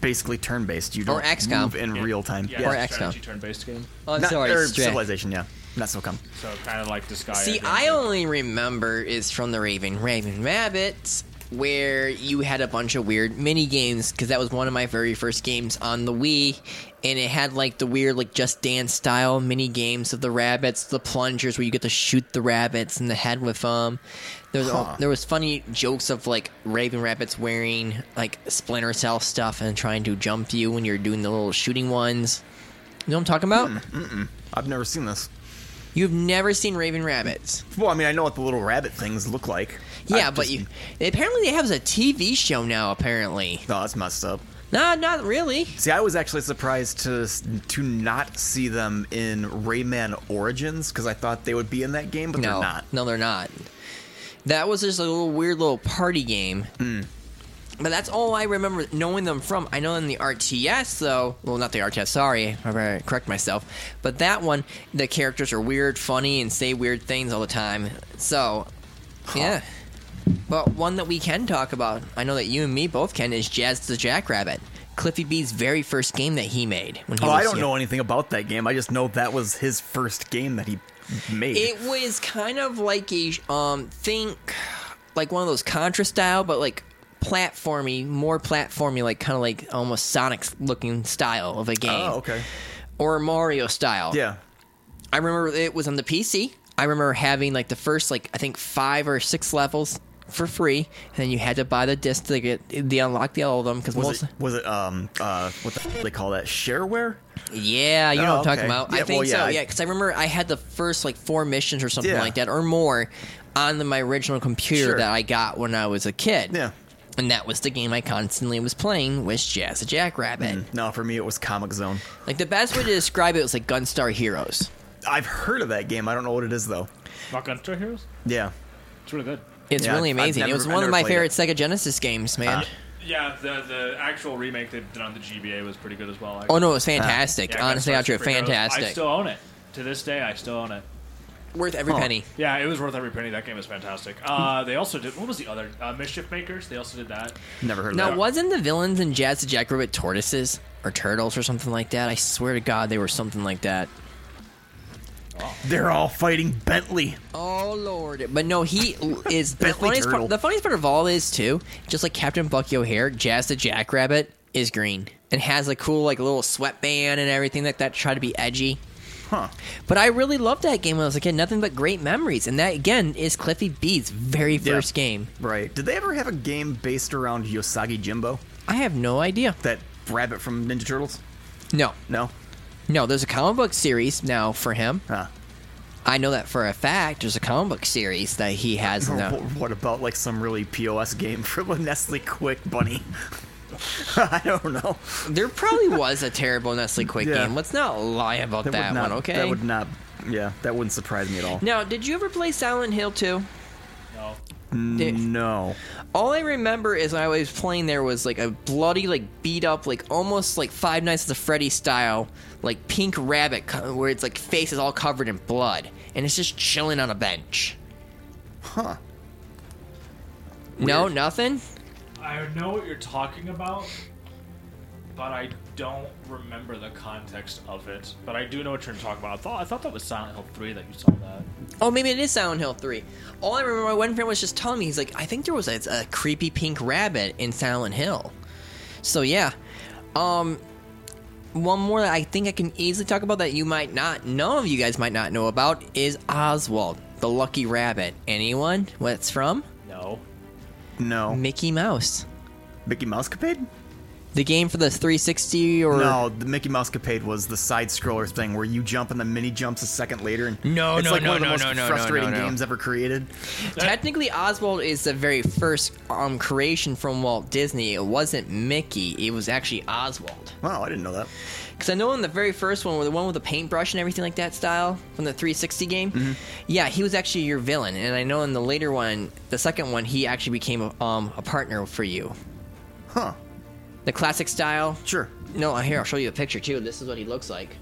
Speaker 2: basically turn based. You
Speaker 1: Or
Speaker 2: don't
Speaker 1: XCOM.
Speaker 2: move in real time.
Speaker 4: yeah,
Speaker 1: or
Speaker 4: it's a
Speaker 1: XCOM.
Speaker 4: strategy turn-based game.
Speaker 1: Oh, I'm
Speaker 2: Not-
Speaker 1: sorry,
Speaker 2: or
Speaker 1: Strat.
Speaker 2: Civilization, yeah. Not SOCOM.
Speaker 4: So kind of like this guy.
Speaker 1: See, I only remember is from the Raven Raven Rabbits, where you had a bunch of weird mini games because that was one of my very first games on the Wii, and it had like the weird like Just Dance style mini games of the rabbits, the plungers where you get to shoot the rabbits in the head with them. There was all,
Speaker 2: Huh.
Speaker 1: there was funny jokes of like Raven Rabbits wearing like Splinter Cell stuff and trying to jump you when you're doing the little shooting ones. You know what I'm talking about?
Speaker 2: I've never seen this.
Speaker 1: You've never seen Raven Rabbits.
Speaker 2: Well, I mean, I know what the little rabbit things look like.
Speaker 1: Yeah,
Speaker 2: I
Speaker 1: but
Speaker 2: just-
Speaker 1: you apparently they have a TV show now. Apparently,
Speaker 2: No, that's messed up.
Speaker 1: no, not really.
Speaker 2: See, I was actually surprised to to not see them in Rayman Origins because I thought they would be in that game, but
Speaker 1: no,
Speaker 2: they're not.
Speaker 1: no, they're not. That was just a little weird little party game.
Speaker 2: Hmm.
Speaker 1: But that's all I remember knowing them from. I know in the RTS though, well, not the RTS. Sorry, I better correct myself. But that one, the characters are weird, funny, and say weird things all the time. So, yeah. But one that we can talk about, I know that you and me both can, is Jazz the Jackrabbit, Cliffy B's very first game that he made. When he
Speaker 2: Oh,
Speaker 1: was
Speaker 2: I don't
Speaker 1: young.
Speaker 2: know anything about that game. I just know that was his first game that he made.
Speaker 1: It was kind of like a um think like one of those Contra style, but like platformy, more platformy, like kind of like almost Sonic looking style of a game.
Speaker 2: oh, okay.
Speaker 1: Or Mario style.
Speaker 2: Yeah.
Speaker 1: I remember it was on the PC. I remember having like the first like I think five or six levels for free, and then you had to buy the disc to get the unlock the all of them because
Speaker 2: Was
Speaker 1: most
Speaker 2: it, was it um uh what the f- they call that shareware?
Speaker 1: yeah you know
Speaker 2: Oh,
Speaker 1: what I'm talking
Speaker 2: okay.
Speaker 1: about.
Speaker 2: Yeah,
Speaker 1: I think
Speaker 2: well, yeah,
Speaker 1: so
Speaker 2: I-
Speaker 1: yeah because I remember I had the first like four missions or something
Speaker 2: Yeah.
Speaker 1: like that or more on the, my original computer
Speaker 2: Sure.
Speaker 1: that I got when I was a kid.
Speaker 2: Yeah.
Speaker 1: And that was the game I constantly was playing was Jazz the Jackrabbit.
Speaker 2: No, for me it was Comic Zone.
Speaker 1: Like the best way to describe it was like Gunstar Heroes.
Speaker 2: I've heard of that game. I don't know what it is though.
Speaker 4: Rock Gunster Heroes.
Speaker 2: Yeah.
Speaker 4: It's really good.
Speaker 1: It's
Speaker 2: Yeah,
Speaker 1: really
Speaker 2: I've
Speaker 1: amazing.
Speaker 2: never-
Speaker 1: it was
Speaker 2: I've
Speaker 1: one of
Speaker 2: never
Speaker 1: my
Speaker 2: played
Speaker 1: favorite
Speaker 2: it.
Speaker 1: Sega Genesis games, man.
Speaker 2: Ah.
Speaker 4: Yeah, the the actual remake they did on the GBA was pretty good as well.
Speaker 2: Uh-huh.
Speaker 1: Oh no, it was fantastic.
Speaker 4: Yeah,
Speaker 1: Honestly,
Speaker 4: Gunstar
Speaker 1: Outro,
Speaker 4: Super Heroes. I
Speaker 1: fantastic.
Speaker 4: still own it. To this day, I still own it.
Speaker 1: Worth every penny.
Speaker 4: Yeah, it was worth every penny. That game is fantastic.
Speaker 1: Hmm.
Speaker 4: Uh, they also did what was the other uh, Mischief Makers? They also did that.
Speaker 2: Never heard of
Speaker 1: Now,
Speaker 2: that.
Speaker 1: wasn't the villains in Jazz the Jackrabbit tortoises or turtles or something like that? I swear to God, they were something like that.
Speaker 2: They're all fighting Bentley.
Speaker 1: Oh Lord! But no, he is the
Speaker 2: Bentley
Speaker 1: funniest.
Speaker 2: Turtle.
Speaker 1: Part, the funniest part of all is too, just like Captain Bucky O'Hare, Jazz the Jackrabbit is green and has a cool like little sweatband and everything like that. to Try to be edgy.
Speaker 2: Huh.
Speaker 1: But I really loved that game when I was a kid. Nothing but great memories, and that again is Cliffy B's very
Speaker 2: Yeah.
Speaker 1: first game.
Speaker 2: Right. Did they ever have a game based around Yosagi Jimbo?
Speaker 1: I have no idea.
Speaker 2: That rabbit from Ninja Turtles?
Speaker 1: No,
Speaker 2: No?
Speaker 1: no. There's a comic book series now for him.
Speaker 2: Huh.
Speaker 1: I know that for a fact. There's a comic book series that he has. In
Speaker 2: Or
Speaker 1: the,
Speaker 2: wh- What about like some really POS game from a Nestle Quick Bunny? I don't know.
Speaker 1: there probably was a terrible Nestle Quick
Speaker 2: Yeah.
Speaker 1: game. Let's not lie about that,
Speaker 2: would not,
Speaker 1: one, okay?
Speaker 2: That would not. Yeah, that wouldn't surprise me at all.
Speaker 1: Now, did you ever play Silent Hill 2?
Speaker 4: No.
Speaker 2: Mm. No.
Speaker 1: All I remember is when I was playing there was like a bloody, like beat up, like almost like Five Nights at the Freddy style, like pink rabbit, co- where it's like face is all covered in blood, and it's just chilling on a bench.
Speaker 2: Huh.
Speaker 1: No, nothing.
Speaker 4: I know what you're talking about, but I don't remember the context of it. But I do know what you're talking about. I thought I thought that was Silent Hill 3 that you saw that.
Speaker 1: Oh, maybe it is Silent Hill 3. All I remember, my one friend was just telling me, he's like, I think there was a, a creepy pink rabbit in Silent Hill. So, yeah. Um, one more that I think I can easily talk about that you might not, none of you guys might not know about is Oswald, the lucky rabbit. Anyone? What it's from?
Speaker 4: No.
Speaker 2: No.
Speaker 1: Mickey Mouse.
Speaker 2: Mickey Mouse Capade?
Speaker 1: The game for the 360 or.
Speaker 2: No, the Mickey Mouse Capade was the side scroller thing where you jump and the mini jumps a second later. And
Speaker 1: No,
Speaker 2: it's
Speaker 1: no,
Speaker 2: like
Speaker 1: no,
Speaker 2: one of the
Speaker 1: no,
Speaker 2: most
Speaker 1: no, no, no,
Speaker 2: frustrating
Speaker 1: no, no.
Speaker 2: games ever created.
Speaker 1: Technically, Oswald is the very first um, creation from Walt Disney. It wasn't Mickey, it was actually Oswald.
Speaker 2: Wow, I didn't know that.
Speaker 1: Because I know in the very first one, the one with the paintbrush and everything like that style from the 360 game,
Speaker 4: Mm-hmm.
Speaker 1: yeah, he was actually your villain. And I know in the later one, the second one, he actually became a, um, a partner for you.
Speaker 2: Huh.
Speaker 1: The classic style.
Speaker 2: Sure.
Speaker 1: No, here, I'll show you a picture too. This is what he looks like.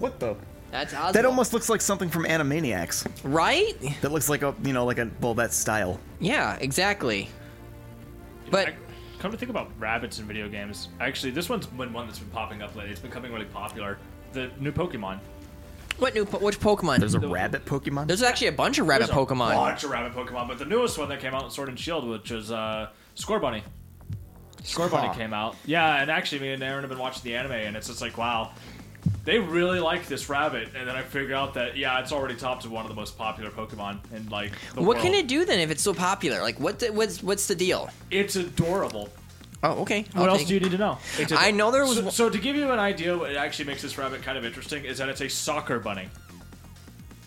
Speaker 2: What the?
Speaker 1: That's Oswald.
Speaker 2: That almost looks like something from Animaniacs.
Speaker 1: Right?
Speaker 2: That looks like a, you know, like a, well, that style.
Speaker 1: Yeah, exactly. But-
Speaker 4: I- come to think about rabbits in video games, actually, this one's been one that's been popping up lately. It's becoming really popular. The new Pokemon.
Speaker 1: What new, po- which Pokemon?
Speaker 2: There's a
Speaker 4: The-
Speaker 2: rabbit Pokemon?
Speaker 1: There's actually a bunch of rabbit
Speaker 4: There's
Speaker 1: Pokemon.
Speaker 4: A bunch of rabbit Pokemon, but the newest one that came out in Sword and Shield, which was uh, Score Bunny. Score Bunny
Speaker 2: Huh.
Speaker 4: came out. Yeah, and actually, me and Aaron have been watching the anime, and it's just like, wow, they really like this rabbit. And then I figured out that yeah, it's already topped to one of the most popular Pokemon in like the
Speaker 1: What can
Speaker 4: world.
Speaker 1: it do then if it's so popular? Like, what the, what's what's the deal?
Speaker 4: It's adorable.
Speaker 1: Oh, okay.
Speaker 4: What else do you need to know? It's
Speaker 1: I know there was
Speaker 4: So,
Speaker 1: one-
Speaker 4: so to give you an idea, what actually makes this rabbit kind of interesting is that it's a soccer bunny.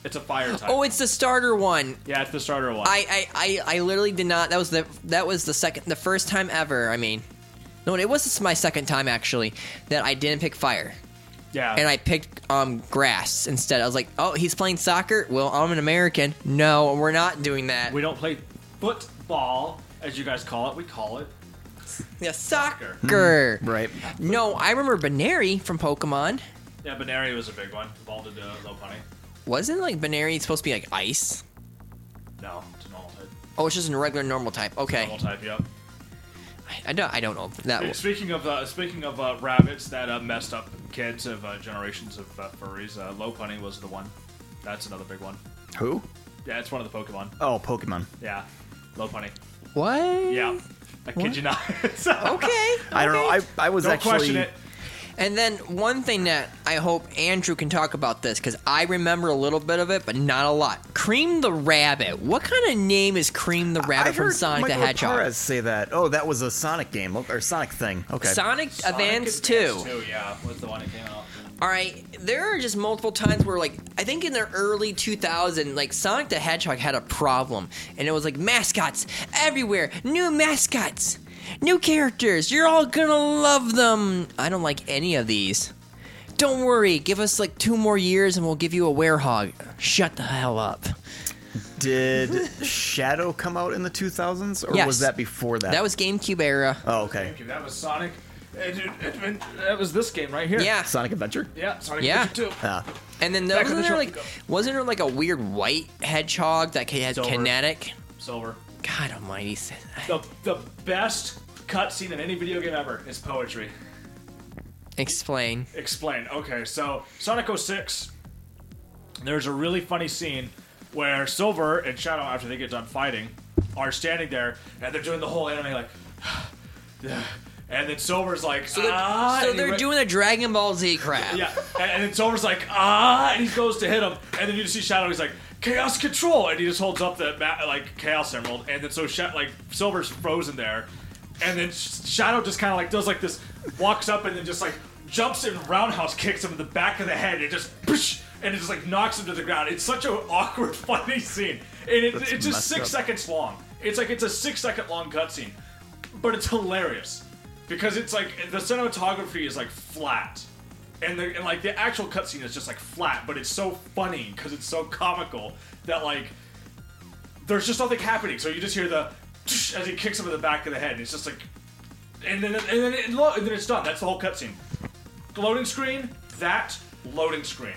Speaker 4: It's a fire type.
Speaker 1: Oh, it's the starter one.
Speaker 4: yeah, it's the starter one.
Speaker 1: I, I, I, I literally did not. That was the that was the second the first time ever. I mean, no, it was my second time actually that I didn't pick fire
Speaker 4: yeah,
Speaker 2: Uh.
Speaker 1: and I picked um grass instead. I was like, oh, he's playing soccer. Well, I'm an American. No, we're not doing that.
Speaker 4: We don't play football, as you guys call it. We call it.
Speaker 1: yeah, soccer.
Speaker 2: right.
Speaker 1: No, I remember Baneri from Pokemon.
Speaker 4: Yeah, Benary was a big one. Involved in the low punny.
Speaker 1: Wasn't like Baneri supposed to be like ice?
Speaker 4: No, it's an all type.
Speaker 1: Oh, it's just a regular normal type. Okay,
Speaker 4: Normal type, yep.
Speaker 1: I, I don't I don't know that.
Speaker 4: Hey, Speaking of uh, speaking of uh, rabbits that uh, messed up kids of uh, generations of uh, furries, uh, low punny was the one. That's another big one.
Speaker 2: Who?
Speaker 4: Yeah, it's one of the Pokemon.
Speaker 2: Oh, Pokemon.
Speaker 4: Yeah, low punny.
Speaker 1: What?
Speaker 4: Yeah, I kid you not.
Speaker 1: Okay.
Speaker 2: I don't know. I,
Speaker 1: okay.
Speaker 2: I was
Speaker 4: Don't
Speaker 2: actually.
Speaker 4: question it.
Speaker 1: And then one thing that I hope Andrew can talk about this because I remember a little bit of it, but not a lot. Cream the Rabbit. What kind of name is Cream the Rabbit
Speaker 2: I
Speaker 1: from
Speaker 2: heard
Speaker 1: Sonic
Speaker 2: Michael
Speaker 1: the Hedgehog?
Speaker 2: Parez say that. Oh, that was a Sonic game or Sonic thing. Okay.
Speaker 1: Sonic, Advance
Speaker 4: Advance
Speaker 1: 2.
Speaker 4: Yeah, was the one that came out.
Speaker 1: All right, there are just multiple times where, like, I think in the early 2000, like Sonic the Hedgehog had a problem, and it was like mascots everywhere, new mascots, new characters. You're all gonna love them. I don't like any of these. Don't worry, give us like two more years, and we'll give you a werehog. Shut the hell up.
Speaker 2: Did Shadow come out in the 2000s, or
Speaker 1: Yes.
Speaker 2: was that before that?
Speaker 1: That was GameCube era.
Speaker 2: Oh, okay.
Speaker 4: Okay, that was Sonic. That was this game right here.
Speaker 1: Yeah.
Speaker 2: Sonic Adventure.
Speaker 4: Yeah, Sonic
Speaker 1: Yeah.
Speaker 4: Adventure 2.
Speaker 2: Yeah.
Speaker 1: And then
Speaker 4: Back
Speaker 1: wasn't
Speaker 4: on the
Speaker 1: there
Speaker 4: show.
Speaker 1: like wasn't there like a weird white hedgehog that ca- had
Speaker 4: Silver.
Speaker 1: kinetic?
Speaker 4: Silver.
Speaker 1: God Almighty!
Speaker 4: The, the best cutscene in any video game ever is poetry.
Speaker 1: Explain.
Speaker 4: Explain. Okay, so Sonic 06, there's a really funny scene where Silver and Shadow, after they get done fighting, are standing there and they're doing the whole anime like, and then Silver's like,
Speaker 1: So they're,
Speaker 4: ah,
Speaker 1: so
Speaker 4: and he
Speaker 1: they're
Speaker 4: re-
Speaker 1: doing a Dragon Ball Z crap.
Speaker 4: Yeah, and, and then Silver's like, ah, and he goes to hit him, and then you just see Shadow. He's like, chaos control, and he just holds up the ma- like chaos emerald, and then so Sha- like Silver's frozen there, and then Sh- Shadow just kind of like does like this, walks up, and then just like jumps and roundhouse kicks him in the back of the head, and just push, and it just like knocks him to the ground. It's such an awkward, funny scene, and it,
Speaker 2: That's
Speaker 4: it's just
Speaker 2: messed
Speaker 4: six
Speaker 2: up.
Speaker 4: seconds long. It's like it's a six second long cutscene but it's hilarious because it's like the cinematography is like flat and, the, and like the actual cutscene is just like flat but it's so funny because it's so comical that like there's just nothing happening so you just hear the as he kicks him in the back of the head and it's just like and then and then, and lo- and then it's done that's the whole cutscene loading screen that loading screen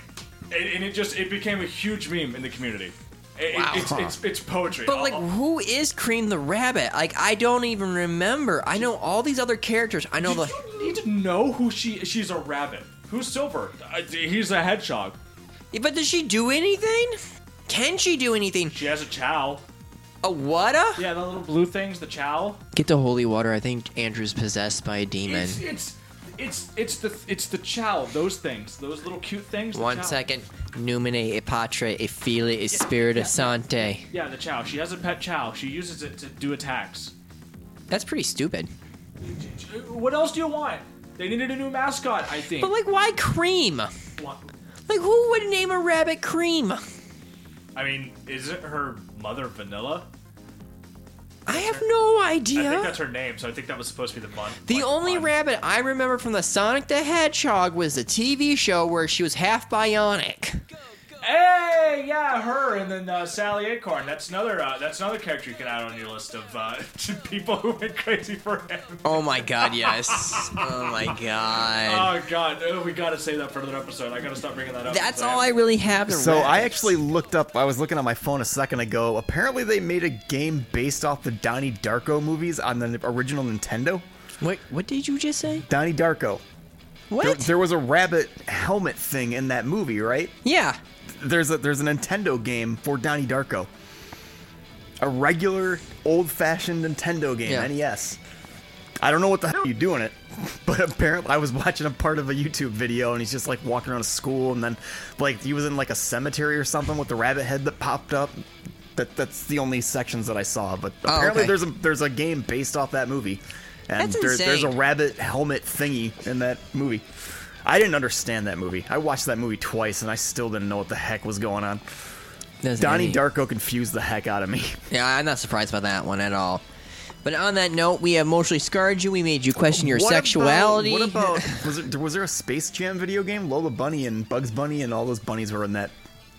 Speaker 4: and, and it just it became a huge meme in the community It- it-
Speaker 1: Wow.
Speaker 4: it's, it's, it's poetry Uh,
Speaker 1: But
Speaker 4: I'll-
Speaker 1: like,
Speaker 4: I'll-
Speaker 1: who is Cream the Rabbit? Like, I don't even remember. I know all these other characters. I know the.
Speaker 4: Did you need to know who she? She's a rabbit. Who's Silver? Uh, he's a hedgehog.
Speaker 1: But does she do anything? Can she do anything?
Speaker 4: She has a chow.
Speaker 1: A what? a-
Speaker 4: Yeah, the little blue things, the chow.
Speaker 1: Get the holy water. I think Andrew's possessed by a demon.
Speaker 4: It's it's it's it's the it's the chow. Those things, those little cute things. the chow.
Speaker 1: One second. Numine e patre e fili e spirita sante.
Speaker 4: Yeah, the chow. She has a pet chow. She uses it to do attacks.
Speaker 1: That's pretty stupid.
Speaker 4: What else do you want? They needed a new mascot, I think.
Speaker 1: But like, why cream?
Speaker 4: What-
Speaker 1: Like, who would name a rabbit cream?
Speaker 4: I mean, isn't her mother Vanilla?
Speaker 1: I have no
Speaker 4: I think
Speaker 1: idea.
Speaker 4: that's her name, so I think that was supposed to be the fun.
Speaker 1: The
Speaker 4: like,
Speaker 1: only
Speaker 4: fun.
Speaker 1: rabbit I remember from the Sonic the Hedgehog was the TV show where she was half bionic.
Speaker 4: Hey, yeah, her, and then uh, Sally Acorn. That's another. Uh, that's another character you can add on your list of uh, people who went crazy for him.
Speaker 1: Oh my god, yes. Oh my god.
Speaker 4: Oh God, oh, we gotta save that for another episode. I gotta stop bringing that up.
Speaker 1: That's all I really have to
Speaker 2: So I actually looked up. I was looking on my phone a second ago. Apparently, they made a game based off the Donnie Darko movies on the original Nintendo.
Speaker 1: What, what did you just say?
Speaker 2: Donnie Darko. There,
Speaker 1: What?
Speaker 2: there was a rabbit helmet thing in that movie, right?
Speaker 1: yeah.
Speaker 2: There's a there's a Nintendo game for Donnie Darko. A regular old-fashioned Nintendo game,
Speaker 1: Yeah.
Speaker 2: NES. I don't know what the hell you do in it, but apparently I was watching a part of a YouTube video and he's just like walking around a school and then like he was in like a cemetery or something with the rabbit head that popped up. That that's the only sections that I saw, but
Speaker 1: Oh,
Speaker 2: apparently
Speaker 1: okay.
Speaker 2: there's a there's a game based off that movie. And
Speaker 1: That's
Speaker 2: there- there's a
Speaker 1: insane.
Speaker 2: rabbit helmet thingy in that movie. I didn't understand that movie. I watched that movie twice and I still didn't know what the heck was going on.
Speaker 1: Doesn't
Speaker 2: Donnie
Speaker 1: any-
Speaker 2: Darko confused the heck out of me.
Speaker 1: Yeah, I'm not surprised by that one at all. But on that note, we emotionally scarred you. We made you question your
Speaker 2: What about-
Speaker 1: sexuality.
Speaker 2: what about was there, was there a Space Jam video game? Lola Bunny and Bugs Bunny and all those bunnies were in that.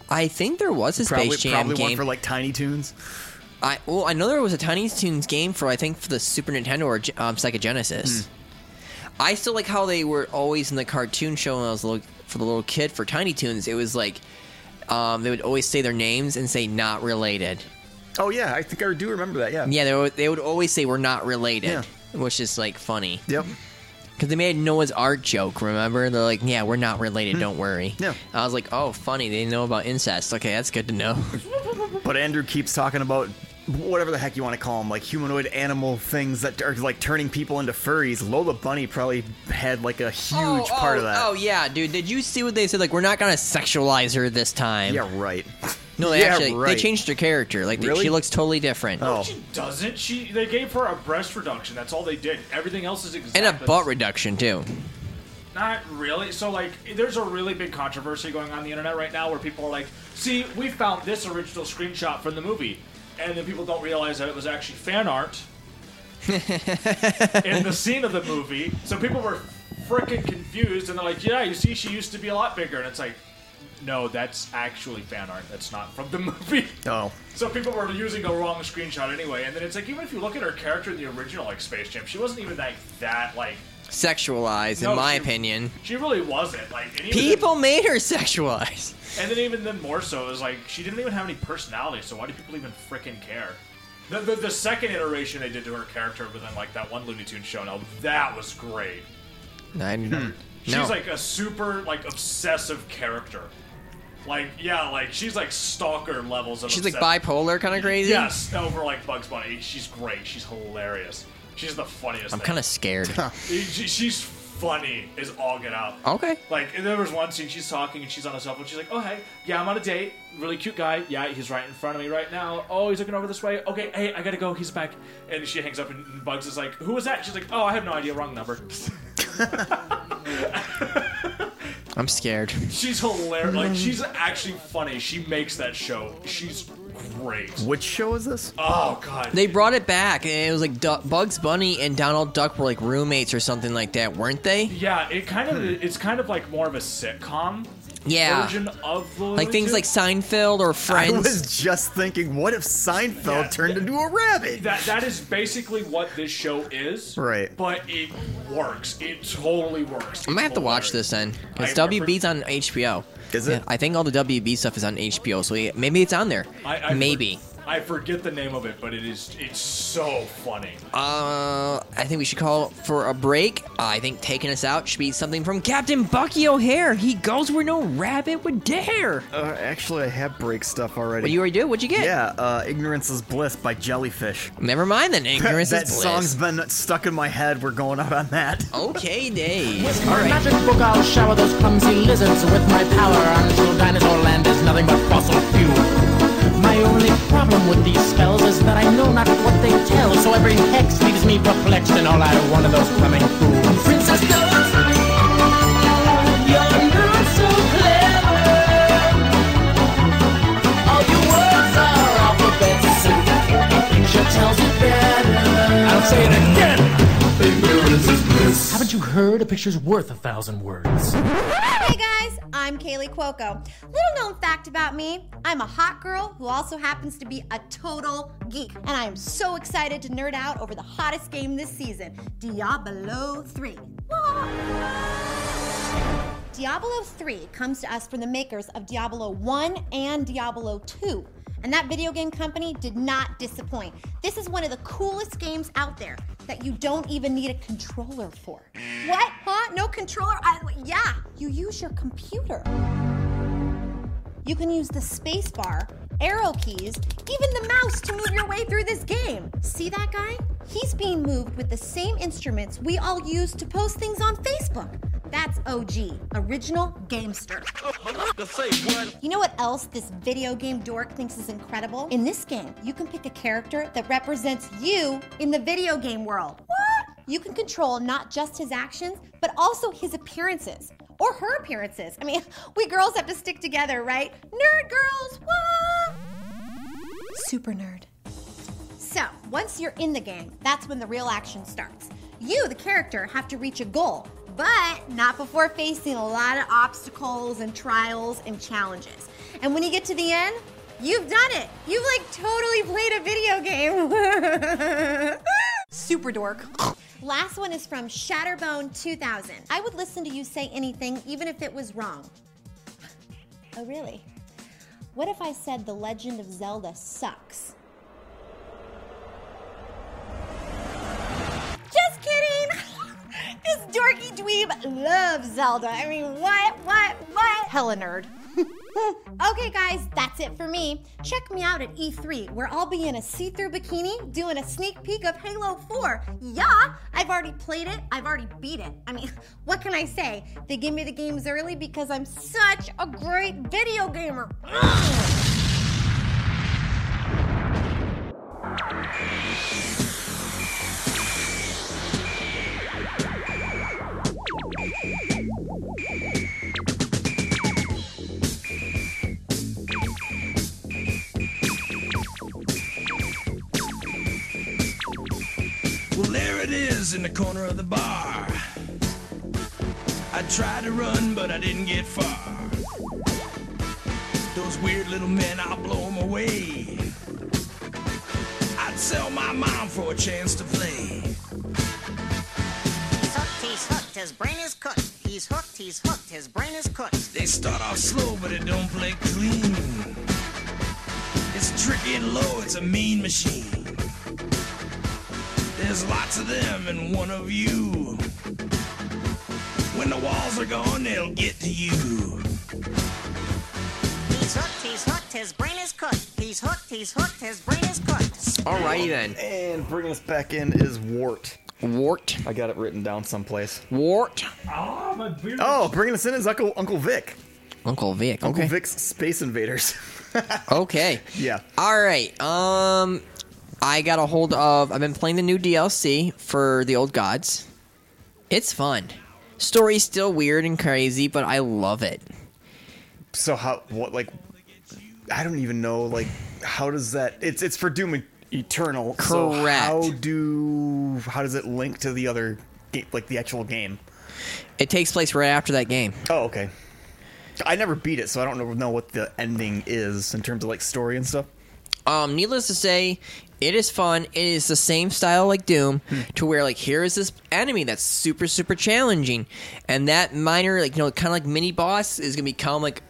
Speaker 1: I think there was a
Speaker 2: Probably
Speaker 1: Space Jam
Speaker 2: probably one
Speaker 1: game.
Speaker 2: for like Tiny Toons.
Speaker 1: I well, I know there was a Tiny Toons game for I think for the Super Nintendo or um, Sega Genesis.
Speaker 2: Hmm.
Speaker 1: I still like how they were always in the cartoon show when I was little, for the little kid for Tiny Toons. It was like um, they would always say their names and say not related.
Speaker 2: Oh yeah, I think I do remember that. Yeah.
Speaker 1: Yeah, they would, they would always say we're not related,
Speaker 2: Yeah.
Speaker 1: which is like funny
Speaker 2: Yep.
Speaker 1: because they made a Noah's Ark joke. Remember? They're like, yeah, we're not related. Don't worry.
Speaker 2: Hmm. Yeah.
Speaker 1: I was like, oh, funny. They know about incest. Okay, that's good to know.
Speaker 2: But Andrew keeps talking about whatever the heck you want to call them, like humanoid animal things that are like turning people into furries. Lola Bunny probably had like a huge
Speaker 1: oh,
Speaker 2: part
Speaker 1: oh,
Speaker 2: of that.
Speaker 1: Oh yeah, dude. Did you see what they said? Like, we're not gonna sexualize her this time.
Speaker 2: Yeah, right.
Speaker 1: No, they
Speaker 2: Yeah,
Speaker 1: actually
Speaker 2: right.
Speaker 1: they changed her character. Like, they-
Speaker 2: Really?
Speaker 1: she looks totally different.
Speaker 2: Oh.
Speaker 4: She doesn't. She. They gave her a breast reduction. That's all they did. Everything else is exactly.
Speaker 1: And a butt reduction too.
Speaker 4: Not really. So like, there's a really big controversy going on the internet right now where people are like, "See, we found this original screenshot from the movie," and then people don't realize that it was actually fan art in the scene of the movie. So people were freaking confused, and they're like, "Yeah, you see, she used to be a lot bigger," and it's like, "No, that's actually fan art. That's not from the movie."
Speaker 2: Oh.
Speaker 4: So people were using the wrong screenshot anyway, and then it's like even if you look at her character in the original like Space Jam, she wasn't even like that like
Speaker 1: sexualized,
Speaker 4: No,
Speaker 1: in my
Speaker 4: she-
Speaker 1: opinion.
Speaker 4: She really wasn't. Like and even
Speaker 1: People made her sexualized.
Speaker 4: and then even then more so is like she didn't even have any personality. So why do people even freaking care? The, the, the second iteration they did to her character within like that one Looney Tunes show now that was great.
Speaker 2: Hmm.
Speaker 1: I, no.
Speaker 4: She's like a super like obsessive character. Like yeah, like she's like stalker levels of.
Speaker 1: She's like
Speaker 4: obsess-
Speaker 1: bipolar, kind of crazy.
Speaker 4: Yes, over like Bugs Bunny. She's great. She's hilarious. She's the funniest.
Speaker 1: I'm kind of scared.
Speaker 4: She's funny. Is all get out.
Speaker 1: okay.
Speaker 4: Like and there was one scene she's talking and she's on her cell phone. She's like, "Oh hey, yeah, I'm on a date. Really cute guy. Yeah, he's right in front of me right now. Oh, he's looking over this way. Okay, hey, I gotta go. He's back." And she hangs up and and Bugs is like, "Who was that?" She's like, "Oh, I have no idea. Wrong number."
Speaker 1: I'm scared.
Speaker 4: she's hilarious. Like she's actually funny. She makes that show. She's great.
Speaker 2: Which show is this?
Speaker 4: Oh god.
Speaker 1: They brought it back, and it was like Du- Bugs Bunny and Donald Duck were like roommates or something like that, weren't they?
Speaker 4: yeah, it kind of it's kind of like more of a sitcom
Speaker 1: Yeah.
Speaker 4: version of the
Speaker 1: Like things like Seinfeld or
Speaker 2: I
Speaker 1: Friends.
Speaker 2: was just thinking, what if Seinfeld
Speaker 4: Yeah.
Speaker 2: turned into a rabbit?
Speaker 4: that that is basically what this show is.
Speaker 2: Right.
Speaker 4: But it works. It totally works.
Speaker 1: I'm gonna have to watch this then. Because
Speaker 4: I-
Speaker 1: WB's on HBO.
Speaker 2: Is it?
Speaker 1: I think all the WB stuff is on HBO, so yeah, maybe it's on there.
Speaker 4: I, I
Speaker 1: maybe.
Speaker 4: for- I forget the name of it, but it is it's so funny.
Speaker 1: Uh, I think we should call for a break. I think taking us out should be something from Captain Bucky O'Hare. He goes where no rabbit would dare.
Speaker 2: Uh, actually, I have break stuff already.
Speaker 1: What you already do? What'd you get?
Speaker 2: yeah, uh, "Ignorance Is Bliss" by Jellyfish.
Speaker 1: Never mind then. Ignorance
Speaker 2: that
Speaker 1: is bliss.
Speaker 2: song's been stuck in my head. We're going out on that.
Speaker 1: okay, Dave.
Speaker 5: With
Speaker 1: All
Speaker 5: my
Speaker 1: right.
Speaker 5: magic book, I'll shower those clumsy lizards with my power until dinosaur land is nothing but fossil fuel. My only problem with these spells is that I know not what they tell, so every hex leaves me perplexed and all I want are those plumbing fools. Princess Dove, you're not so clever. All your words are alphabet soup. Picture tells it better. I'll say it again. Haven't you heard? A picture's worth a thousand words.
Speaker 6: Hey guys, I'm Kaylee Cuoco. Little known fact about me I'm a hot girl who also happens to be a total geek. And I am so excited to nerd out over the hottest game this season Diablo 3. Diablo 3 comes to us from the makers of Diablo 1 and Diablo 2. And that video game company did not disappoint. This is one of the coolest games out there that you don't even need a controller for. What? Huh? No controller? I, yeah, you use your computer. You can use the spacebar, arrow keys, even the mouse to move your way through this game. See that guy? He's being moved with the same instruments we all use to post things on Facebook. That's OG, original gamester. You know what else this video game dork thinks is incredible? In this game, you can pick a character that represents you in the video game world. What? You can control not just his actions, but also his appearances or her appearances. I mean, we girls have to stick together, right? Nerd girls, what? Super nerd. So, once you're in the game, that's when the real action starts. You, the character, have to reach a goal, but not before facing a lot of obstacles and trials and challenges. And when you get to the end, you've done it. You've like totally played a video game. Super dork. Last one is from Shatterbone 2000. I would listen to you say anything, even if it was wrong. Oh, really? What if I said The Legend of Zelda sucks? Just kidding! this dorky dweeb loves Zelda. I mean, what, what, what? Hella nerd. okay, guys, that's it for me. Check me out at E3, where I'll be in a see through bikini doing a sneak peek of Halo 4. Yeah, I've already played it, I've already beat it. I mean, what can I say? They give me the games early because I'm such a great video gamer. Ugh.
Speaker 7: Well, there it is in the corner of the bar. I tried to run, but I didn't get far. Those weird little men, I'll blow 'em away. I'd sell my mom for a chance to play.
Speaker 8: Salty hooked, his brain is cooked. He's hooked, he's hooked, his brain is cooked.
Speaker 7: They start off slow, but it don't play clean. It's tricky and low, it's a mean machine. There's lots of them and one of you. When the walls are gone, they'll get to you.
Speaker 8: He's hooked, he's hooked, his brain is cooked. He's hooked, he's hooked, his brain is cooked.
Speaker 1: Alrighty then.
Speaker 2: And bringing us back in is Wart.
Speaker 1: Wart.
Speaker 2: I got it written down someplace.
Speaker 1: Wart.
Speaker 4: Ah, my beard.
Speaker 2: Oh, bringing us in is Uncle Uncle Vic.
Speaker 1: Uncle Vic.
Speaker 2: Uncle
Speaker 1: Okay.
Speaker 2: Vic's Space Invaders.
Speaker 1: Okay.
Speaker 2: Yeah.
Speaker 1: All right. Um, I got a hold of. I've been playing the new DLC for the Old Gods. It's fun. Story's still weird and crazy, but I love it.
Speaker 2: So how? What like? I don't even know. Like, how does that? It's it's for Doom E- Eternal. so
Speaker 1: Correct.
Speaker 2: how do? How does it link to the other? ga- Like the actual game.
Speaker 1: It takes place right after that game.
Speaker 2: Oh, okay. I never beat it, so I don't know- know what the ending is in terms of like story and stuff.
Speaker 1: Um, needless to say, it is fun. It is the same style like Doom, to where like here is this enemy that's super super challenging, and that minor like you know kind of like mini boss is gonna become like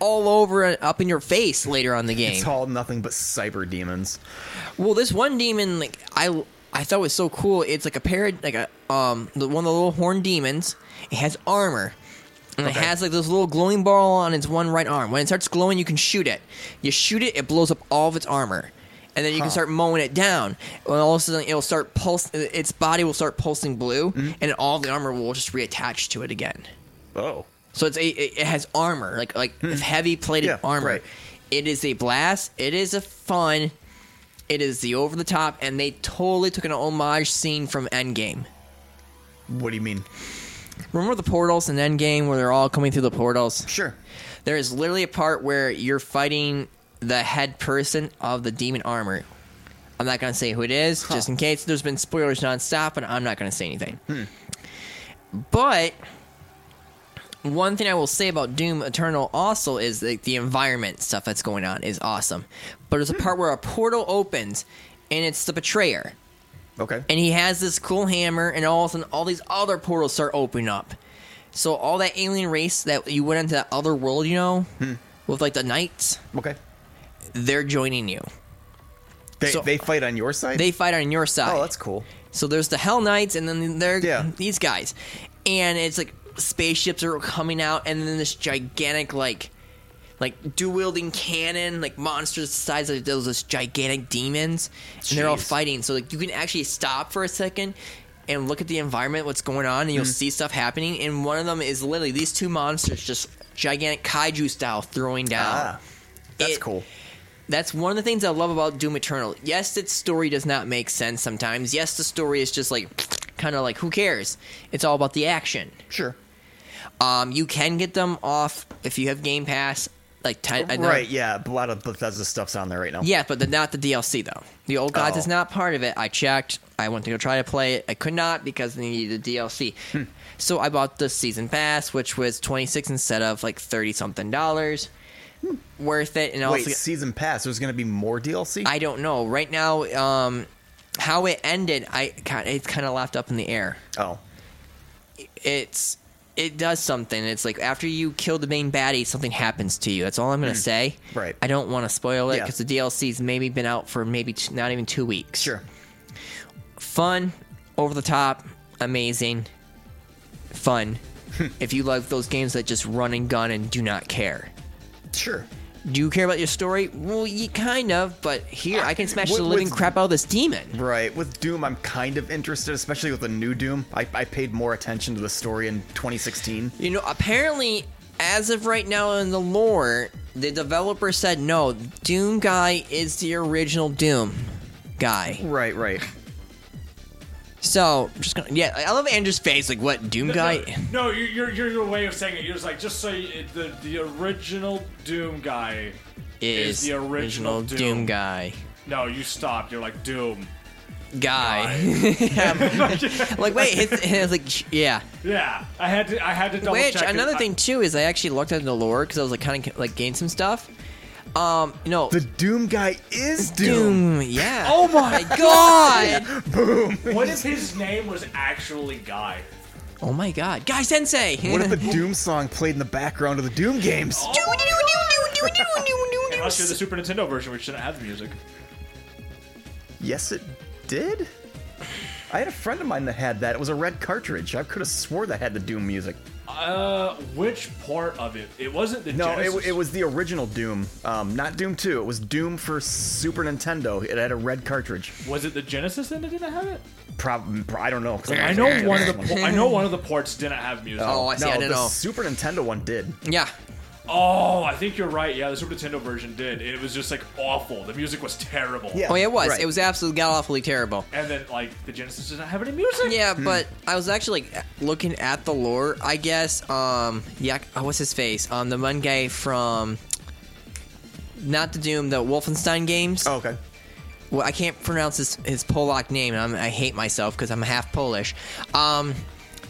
Speaker 1: all over and up in your face later on in the game.
Speaker 2: It's all nothing but cyber demons.
Speaker 1: Well, this one demon, like I, I thought was so cool. It's like a pair, like a um, the, one of the little horn demons. It has armor, and it has like this little glowing ball on its one right arm. When it starts glowing, you can shoot it. You shoot it, it blows up all of its armor, and then you can start mowing it down. And all of a sudden, it'll start pulse. Its body will start pulsing blue, and all the armor will just reattach to it again.
Speaker 2: Oh.
Speaker 1: So it's a, it it has armor, like like heavy plated
Speaker 2: Hmm. Yeah,
Speaker 1: armor.
Speaker 2: right.
Speaker 1: It is a blast. It is a fun. It is the over the top, and they totally took an homage scene from Endgame.
Speaker 2: What do you mean?
Speaker 1: Remember the portals in Endgame where they're all coming through the portals?
Speaker 2: Sure.
Speaker 1: There is literally a part where you're fighting the head person of the demon armor. I'm not going to say who it is, just in case. There's been spoilers nonstop, and I'm not going to say anything. But one thing I will say about Doom Eternal also is like the environment stuff that's going on is awesome. But there's a part where a portal opens, and it's the betrayer
Speaker 2: Okay.
Speaker 1: and he has this cool hammer, and all of a sudden, all these other portals start opening up. So all that alien race that you went into that other world, you know,
Speaker 2: Hmm.
Speaker 1: with like the knights,
Speaker 2: Okay.
Speaker 1: they're joining you.
Speaker 2: They,
Speaker 1: So-
Speaker 2: they fight on your side.
Speaker 1: They fight on your side.
Speaker 2: Oh, that's cool.
Speaker 1: So there's the Hell Knights, and then there
Speaker 2: Yeah.
Speaker 1: these guys, and it's like spaceships are coming out, and then this gigantic like, like dual wielding cannon, like monsters the size of those, those gigantic demons, and they're all
Speaker 2: Jeez.
Speaker 1: fighting. So like you can actually stop for a second and look at the environment, what's going on,
Speaker 2: Hmm.
Speaker 1: and you'll see stuff happening. And one of them is literally these two monsters, just gigantic kaiju style, throwing down.
Speaker 2: Ah, that's
Speaker 1: Um, It-
Speaker 2: cool.
Speaker 1: That's one of the things I love about Doom Eternal. Yes, its story does not make sense sometimes. Yes, the story is just like kind of like who cares? It's all about the action.
Speaker 2: Sure.
Speaker 1: Um, you can get them off if you have Game Pass. Like ten, I know-
Speaker 2: Right. Yeah. A lot of Bethesda stuff's on there right now.
Speaker 1: Yeah, but the, not the DLC though. The Old Gods
Speaker 2: Oh.
Speaker 1: is not part of it. I checked. I went to go try to play it. I could not because they needed the DLC.
Speaker 2: Hmm.
Speaker 1: So I bought the season pass, which was twenty six instead of like thirty something dollars. Worth it, and I
Speaker 2: Hmm. Wait,
Speaker 1: also
Speaker 2: season pass. There's going to be more DLC.
Speaker 1: I don't know. Right now, um, how it ended, I ki- it's kind of left up in the air.
Speaker 2: oh.
Speaker 1: It's it does something. It's like after you kill the main baddie, something happens to you. That's all I'm gonna say.
Speaker 2: Hmm. Right.
Speaker 1: I don't want to spoil it
Speaker 2: Yeah.
Speaker 1: because the DLC's maybe been out for maybe t- not even two weeks.
Speaker 2: Sure.
Speaker 1: Fun, over the top, amazing, fun.
Speaker 2: Hmm.
Speaker 1: if you love those games that just run and gun and do not care.
Speaker 2: Sure.
Speaker 1: Do you care about your story? Well, you kind of, but here I can smash
Speaker 2: With-
Speaker 1: the living
Speaker 2: with-
Speaker 1: crap out of this demon.
Speaker 2: Right. With Doom, I'm kind of interested, especially with the new Doom. I, I paid more attention to the story in 2016.
Speaker 1: You know, apparently, as of right now in the lore, the developer said no, Doom Guy is the original Doom guy.
Speaker 2: Right. Right.
Speaker 1: So, just gonna, yeah, I love Andrew's face, like, what, Doom Guy?
Speaker 4: No, you're, you're, you're your way of saying it. You're just like, just say it, the, the original Doom guy.
Speaker 1: Is
Speaker 4: the original
Speaker 1: Doom.
Speaker 4: Doom.
Speaker 1: Guy.
Speaker 4: No, you stopped. You're like, Doom.
Speaker 1: Guy. Yeah. like, wait, it's, it's like, sh- yeah.
Speaker 4: Yeah, I had to. I had to double
Speaker 1: Which
Speaker 4: check. it.
Speaker 1: another
Speaker 4: I-
Speaker 1: thing too is I actually looked at the lore because I was like kind of like gained some stuff. Um, no,
Speaker 2: The Doom guy is Doom.
Speaker 1: Doom, yeah. Oh my god!
Speaker 4: What if his name was actually Guy?
Speaker 1: Oh my god, Guy Sensei!
Speaker 2: What if the Doom song played in the background of the Doom games?
Speaker 1: Oh,
Speaker 4: Unless you're the Super Nintendo version, which shouldn't have the music.
Speaker 2: Yes, it did. I had a friend of mine that had that. It was a red cartridge. I could have swore that had the Doom music.
Speaker 4: Uh, which part of it? It wasn't the
Speaker 2: No,
Speaker 4: Genesis.
Speaker 2: it, it was the original Doom. Um, not Doom 2. It was Doom for Super Nintendo. It had a red cartridge.
Speaker 4: Was it the Genesis then that didn't have it?
Speaker 2: Prob- I don't know. 'cause
Speaker 4: I
Speaker 2: don't
Speaker 4: know
Speaker 2: think I
Speaker 4: one of
Speaker 2: had
Speaker 4: the
Speaker 2: that
Speaker 4: po- I know one of the ports didn't have music.
Speaker 1: Oh, I see.
Speaker 2: no,
Speaker 1: I didn't
Speaker 2: the
Speaker 1: know.
Speaker 2: Super Nintendo one did.
Speaker 1: yeah.
Speaker 4: Oh, I think you're right. Yeah, the Super Nintendo version did. It was just like awful. The music was terrible.
Speaker 2: Yeah.
Speaker 1: Oh, yeah, it was.
Speaker 2: Right.
Speaker 1: It was absolutely god awfully terrible.
Speaker 4: And then like the Genesis doesn't have any music.
Speaker 1: Yeah,
Speaker 2: Hmm.
Speaker 1: but I was actually like, looking at the lore. I guess, um, yeah, oh, what's his face? Um, the one guy from, not the Doom, the Wolfenstein games.
Speaker 2: Oh, okay.
Speaker 1: Well, I can't pronounce his his Polak name, and I'm, I hate myself because I'm half Polish. Um,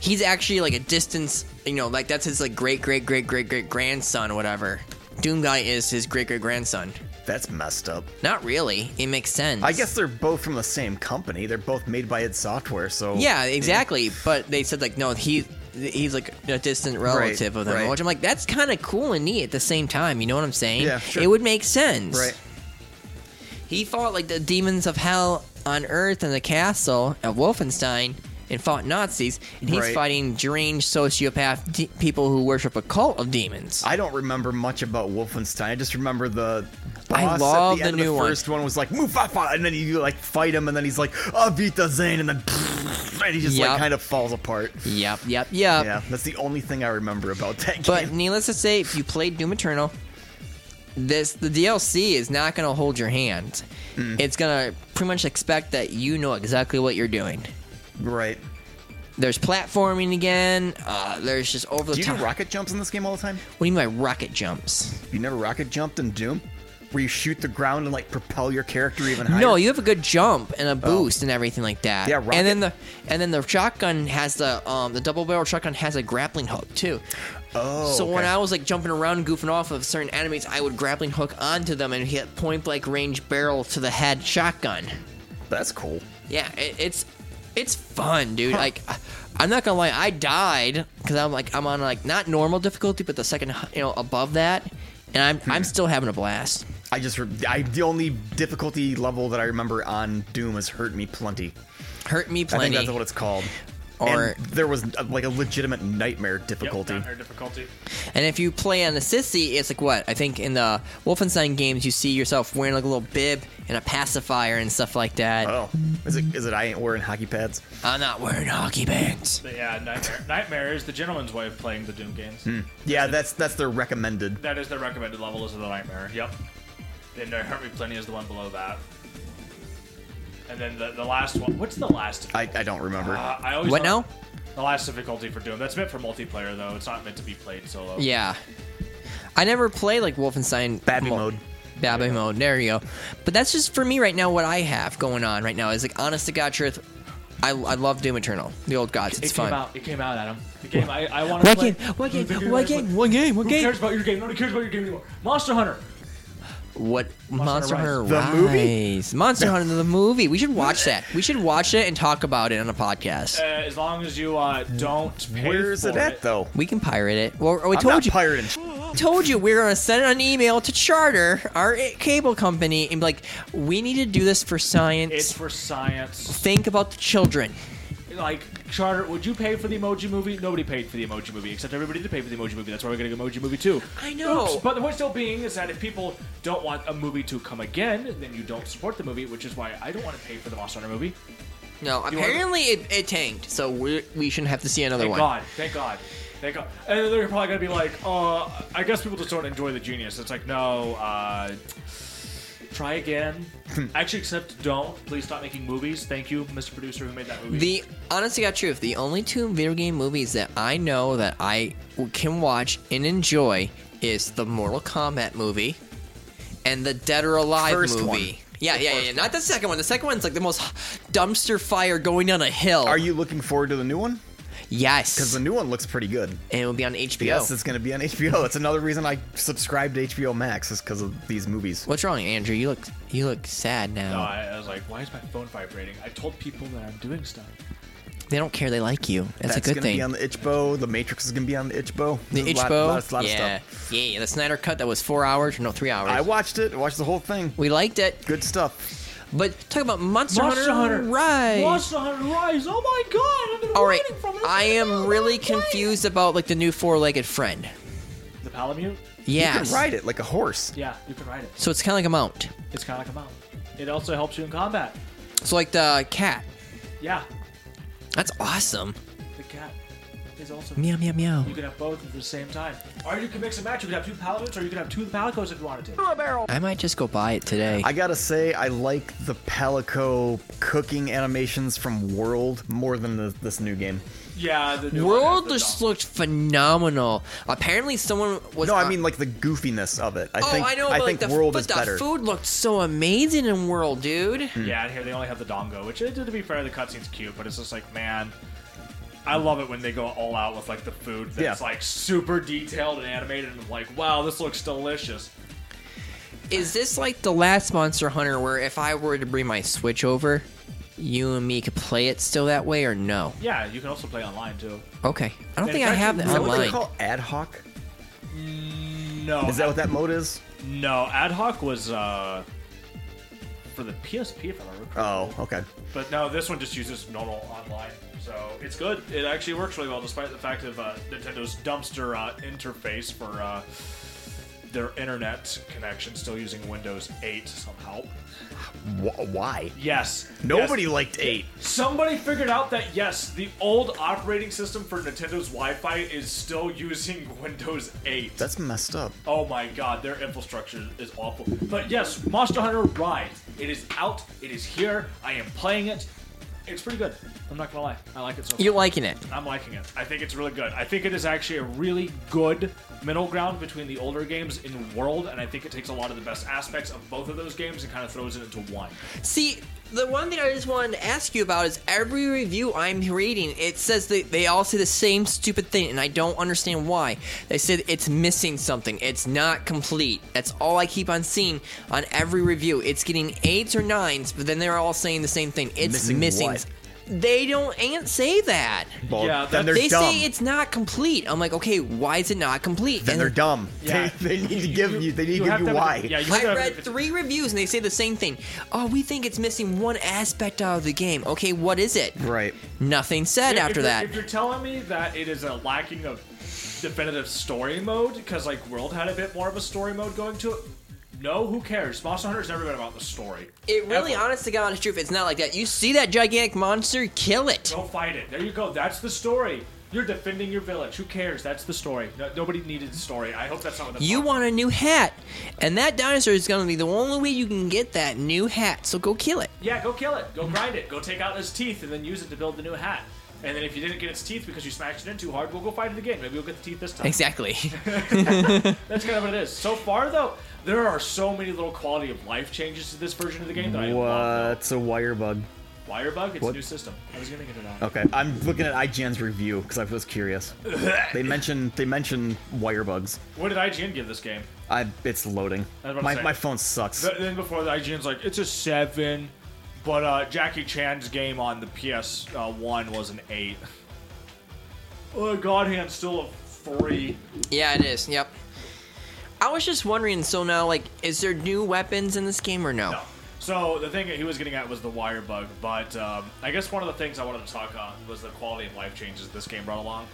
Speaker 1: he's actually like a distance, you know, like that's his like great great great great great grandson, or whatever. Doom guy is his great great grandson.
Speaker 2: That's messed up.
Speaker 1: Not really. It makes sense.
Speaker 2: I guess they're both from the same company. They're both made by id Software, so
Speaker 1: Yeah, exactly. But they said like no, he he's like a distant relative of them,
Speaker 2: right.
Speaker 1: which I'm like that's kind of cool and neat at the same time. You know what I'm saying?
Speaker 2: Yeah, sure.
Speaker 1: It would make sense.
Speaker 2: Right.
Speaker 1: He fought like the demons of hell on Earth in the castle of Wolfenstein and fought Nazis, and he's
Speaker 2: Right.
Speaker 1: fighting deranged sociopath de- people who worship a cult of demons.
Speaker 2: I don't remember much about Wolfenstein. I just remember the
Speaker 1: I
Speaker 2: boss
Speaker 1: love
Speaker 2: at the, end
Speaker 1: the
Speaker 2: of
Speaker 1: new
Speaker 2: the
Speaker 1: one.
Speaker 2: first one. was like Mufafa, and then you like fight him, and then he's like Avita Zane, and then and he just
Speaker 1: Yep.
Speaker 2: like kind of falls apart.
Speaker 1: yep, yep, yep.
Speaker 2: Yeah, that's the only thing I remember about that
Speaker 1: But
Speaker 2: game.
Speaker 1: needless to say, if you played Doom Eternal, this the DLC is not going to hold your hand.
Speaker 2: Mm.
Speaker 1: It's going to pretty much expect that you know exactly what you're doing.
Speaker 2: Right?
Speaker 1: There's platforming again. Uh, there's just over the
Speaker 2: Do you do
Speaker 1: top.
Speaker 2: rocket jumps in this game all the time?
Speaker 1: what do you mean by rocket jumps?
Speaker 2: You never rocket jumped in Doom, where you shoot the ground and like propel your character even higher.
Speaker 1: No, you have a good jump and a boost and everything like that.
Speaker 2: Oh. Yeah, rocket-
Speaker 1: and then the and then the shotgun has the um the double barrel shotgun has a grappling hook too.
Speaker 2: Oh,
Speaker 1: So when
Speaker 2: okay.
Speaker 1: I was like jumping around, and goofing off of certain enemies, I would grappling hook onto them and hit point blank range barrel to the head shotgun.
Speaker 2: that's cool.
Speaker 1: Yeah, it, it's it's fun, dude. Like, I- I'm not gonna lie, I died because I'm like I'm on like not normal difficulty, but the second you know above that, and I'm
Speaker 2: Hmm.
Speaker 1: I'm still having a blast.
Speaker 2: I just re- I the only difficulty level that I remember on Doom is hurt me plenty.
Speaker 1: Hurt
Speaker 2: I
Speaker 1: me
Speaker 2: think
Speaker 1: plenty.
Speaker 2: that's what it's called.
Speaker 1: Or-
Speaker 2: and there was uh, like a legitimate nightmare
Speaker 4: Yep,
Speaker 2: difficulty.
Speaker 4: nightmare difficulty.
Speaker 1: and if you play on the sissy, it's like what I think in the Wolfenstein games, you see yourself wearing like a little bib and a pacifier and stuff like that.
Speaker 2: Oh, is it is it? I ain't wearing hockey pads.
Speaker 1: I'm not wearing hockey pants.
Speaker 4: But yeah, nightmare. nightmare is the gentleman's way of playing the Doom games.
Speaker 2: Yeah, that's that's their recommended.
Speaker 4: That is the recommended level is the nightmare. Yep. Then there hurt me plenty is the one below that. And then the, the last one. What's the last?
Speaker 2: I, I don't remember.
Speaker 4: Uh, I always
Speaker 1: What
Speaker 4: thought-
Speaker 1: now?
Speaker 4: The last difficulty for Doom. That's meant for multiplayer though. It's not meant to be played solo.
Speaker 1: Yeah. I never play like Wolfenstein
Speaker 2: Babby mode.
Speaker 1: Babby mode. There you go. But that's just for me right now. What I have going on right now is like honest to God truth. I, I love Doom Eternal, the old gods.
Speaker 4: It
Speaker 1: It's
Speaker 4: came
Speaker 1: fun.
Speaker 4: out. It came out, Adam. The game I, I want to
Speaker 1: What
Speaker 4: play.
Speaker 1: game? What game?
Speaker 4: The
Speaker 1: What
Speaker 4: I play.
Speaker 1: game? What game? What
Speaker 4: Who
Speaker 1: game?
Speaker 4: cares about your game? Nobody cares about your game anymore. Monster Hunter.
Speaker 1: What Monster Hunter
Speaker 4: Hunter
Speaker 1: Rise?
Speaker 2: The movie?
Speaker 1: Monster Hunter the movie. We should watch that. We should watch it and talk about it on a podcast.
Speaker 4: Uh, as long as you uh, don't pay
Speaker 2: Where's
Speaker 4: for
Speaker 2: it at though?
Speaker 1: We can pirate it. Well, we
Speaker 2: I'm
Speaker 1: told
Speaker 2: not
Speaker 1: you.
Speaker 2: pirating.
Speaker 1: told you we were gonna send an email to Charter, our eh, cable company, and be like, we need to do this for science.
Speaker 4: It's for science.
Speaker 1: Think about the children.
Speaker 4: Like Charter, would you pay for the Emoji Movie? Nobody paid for the Emoji Movie, except everybody did pay for the Emoji Movie. That's why we're getting Emoji Movie too.
Speaker 1: I know.
Speaker 4: Oops. But the point still being is that if people don't want a movie to come again, then you don't support the movie, which is why I don't want to pay for the Monster Hunter movie.
Speaker 1: No,
Speaker 4: want-
Speaker 1: apparently it, it tanked, so we we shouldn't have to see another
Speaker 4: Thank
Speaker 1: one.
Speaker 4: God. Thank God. Thank God. And then they're probably gonna be like, uh, I guess people just don't enjoy the genius. It's like, no, uh, try again. Actually, except don't. Please stop making movies. Thank you, Mr. Producer, who made that movie.
Speaker 1: The honestly got truth, the only two video game movies that I know that I w- can watch and enjoy is the Mortal Kombat movie and the Dead or Alive
Speaker 2: First
Speaker 1: movie.
Speaker 2: one.
Speaker 1: Yeah, yeah, yeah. Not the second one. The second one's like the most dumpster fire going down a hill.
Speaker 2: Are you looking forward to the new one?
Speaker 1: Yes.
Speaker 2: Because the new one looks pretty good.
Speaker 1: and it will be on HBO.
Speaker 2: Yes, it's going to be on HBO. That's another reason I subscribed to HBO Max is because of these movies.
Speaker 1: What's wrong, Andrew? You look you look sad
Speaker 4: no,
Speaker 1: now.
Speaker 4: I, I was like, why is my phone vibrating? I told people that I'm doing stuff.
Speaker 1: They don't care. They like you.
Speaker 2: That's
Speaker 1: That's, a good
Speaker 2: gonna
Speaker 1: thing.
Speaker 2: be on the itch bow. The Matrix is gonna be on the itch bow.
Speaker 1: the
Speaker 2: There's
Speaker 1: itch
Speaker 2: a lot-
Speaker 1: bow.
Speaker 2: lot- lot of
Speaker 1: yeah.
Speaker 2: stuff.
Speaker 1: yeah, yeah. The Snyder cut that was four hours, no, three hours.
Speaker 2: I watched it. I watched the whole thing.
Speaker 1: we liked it,
Speaker 2: Good stuff.
Speaker 1: but talk about Monster,
Speaker 4: Monster Hunter
Speaker 1: Rise.
Speaker 4: Monster Hunter Rise. Oh my god! I've been
Speaker 1: All right,
Speaker 4: waiting for this.
Speaker 1: I am really confused about like the new four-legged friend.
Speaker 4: The Palamute.
Speaker 2: You
Speaker 1: Yes.
Speaker 2: can ride it like a horse.
Speaker 4: Yeah, you can ride it.
Speaker 1: So it's kind of like a mount.
Speaker 4: It's kind of like a mount. It also helps you in combat.
Speaker 1: So like the cat.
Speaker 4: Yeah,
Speaker 1: That's awesome.
Speaker 4: the cat is also.
Speaker 1: Meow meow meow.
Speaker 4: You can have both at the same time. Or you can mix and match. You can have two Palamutes, or you can have two Palicos if you wanted to.
Speaker 1: I might just go buy it today.
Speaker 2: I gotta say, I like the Palico cooking animations from World more than the, this new game.
Speaker 4: Yeah, the new
Speaker 1: World
Speaker 4: one has
Speaker 1: just
Speaker 4: the
Speaker 1: looked phenomenal. Apparently, someone was.
Speaker 2: No, I
Speaker 1: on-
Speaker 2: mean like the goofiness of it. I
Speaker 1: Uh, oh,
Speaker 2: think
Speaker 1: I know, but like
Speaker 2: think
Speaker 1: the,
Speaker 2: World
Speaker 1: but
Speaker 2: is
Speaker 1: the
Speaker 2: better.
Speaker 1: food looked so amazing in World, dude.
Speaker 4: dong. Yeah, and here they only have the Dongo, which, uh, to be fair, the cutscene's cute, but it's just like, man. I love it when they go all out with like the food that's
Speaker 2: Yeah.
Speaker 4: like super detailed and animated and like, wow, this looks delicious.
Speaker 1: Is this like the last Monster Hunter where if I were to bring my Switch over, you and me could play it still that way or no?
Speaker 4: Yeah, you can also play online too.
Speaker 1: Okay, I don't
Speaker 4: Yeah,
Speaker 1: think
Speaker 4: it's
Speaker 1: I have that
Speaker 4: actually
Speaker 2: Is that what they
Speaker 1: online.
Speaker 2: call ad hoc?
Speaker 4: No,
Speaker 2: Mm, Is that what that mode is?
Speaker 4: No, Ad Hoc was uh, for the PSP, if I remember. correctly.
Speaker 2: Oh, okay.
Speaker 4: But no, this one just uses normal online, so it's good. It actually works really well, despite the fact of uh, Nintendo's dumpster uh, interface for uh, their internet connection, still using Windows 8 somehow.
Speaker 2: Wh- why?
Speaker 4: Yes,
Speaker 2: Nobody
Speaker 4: yes.
Speaker 2: liked eight.
Speaker 4: Somebody figured out that yes, the old operating system for Nintendo's Wi-Fi is still using Windows 8.
Speaker 2: That's messed up.
Speaker 4: Oh my god, their infrastructure is awful. But yes, Monster Hunter Rise. It is out. It is here. I am playing it. It's pretty good. I'm not gonna lie. I like it so far.
Speaker 1: You're liking it.
Speaker 4: I'm liking it. I think it's really good. I think it is actually a really good middle ground between the older games in World, and I think it takes a lot of the best aspects of both of those games and kind of throws it into one.
Speaker 1: See, the one thing I just wanted to ask you about is every review I'm reading, it says that they all say the same stupid thing, and I don't understand why. They said it's missing something, it's not complete. That's all I keep on seeing on every review. It's getting eights or nines, but then they're all saying the same thing. It's missing.
Speaker 2: Missing what?
Speaker 1: They don't ain't say that.
Speaker 2: Well,
Speaker 4: Yeah,
Speaker 2: then
Speaker 4: that's-
Speaker 2: they're
Speaker 1: they
Speaker 2: dumb.
Speaker 1: say it's not complete. I'm like, okay, why is it not complete?
Speaker 2: then
Speaker 1: And
Speaker 2: they're dumb.
Speaker 4: Yeah.
Speaker 2: They, they need to give you. They need to
Speaker 4: have
Speaker 2: give you
Speaker 4: have
Speaker 2: why.
Speaker 4: it- Yeah, you have to
Speaker 1: I
Speaker 4: have it
Speaker 1: read
Speaker 4: if it's-
Speaker 1: three reviews and they say the same thing. Oh, we think it's missing one aspect out of the game. Okay, what is it?
Speaker 2: Right.
Speaker 1: Nothing said
Speaker 4: If- if
Speaker 1: after
Speaker 4: you're-
Speaker 1: that.
Speaker 4: If you're telling me that it is a lacking of definitive story mode, because like World had a bit more of a story mode going to it. No, who cares? Monster Hunter's never been about the story.
Speaker 1: It really,
Speaker 4: Ever.
Speaker 1: honest to God, is truth. It's not like that. You see that gigantic monster, kill it.
Speaker 4: Go fight it. There you go. That's the story. You're defending your village. Who cares? That's the story. No, nobody needed the story. I hope that's not what that's
Speaker 1: You
Speaker 4: about.
Speaker 1: want a new hat, and that dinosaur is going to be the only way you can get that new hat. So go kill it.
Speaker 4: Yeah, go kill it. Go grind it. Go take out its teeth and then use it to build the new hat. And then if you didn't get its teeth because you smashed it in too hard, we'll go fight it again. Maybe we'll get the teeth this time.
Speaker 1: Exactly.
Speaker 4: That's kind of what it is. So far, though, there are so many little quality of life changes to this version of the game that I love.
Speaker 2: What's a wire bug?
Speaker 4: Wirebug, it's
Speaker 2: What?
Speaker 4: a new system. I was gonna get it on.
Speaker 2: Okay, I'm looking at IGN's review because I was curious. they mentioned they mentioned wire bugs.
Speaker 4: What did IGN give this game?
Speaker 2: I it's loading.
Speaker 4: That's what I'm
Speaker 2: my
Speaker 4: saying.
Speaker 2: my phone sucks.
Speaker 4: Th- then before the IGN's like, it's a seven, but uh, Jackie Chan's game on the PS uh, One was an eight. Oh, God Hand's still a three.
Speaker 1: yeah, it is. Yep. I was just wondering. So now, like, is there new weapons in this game or no?
Speaker 4: No. So the thing that he was getting at was the wire bug, but um, I guess one of the things I wanted to talk on was the quality of life changes this game brought along.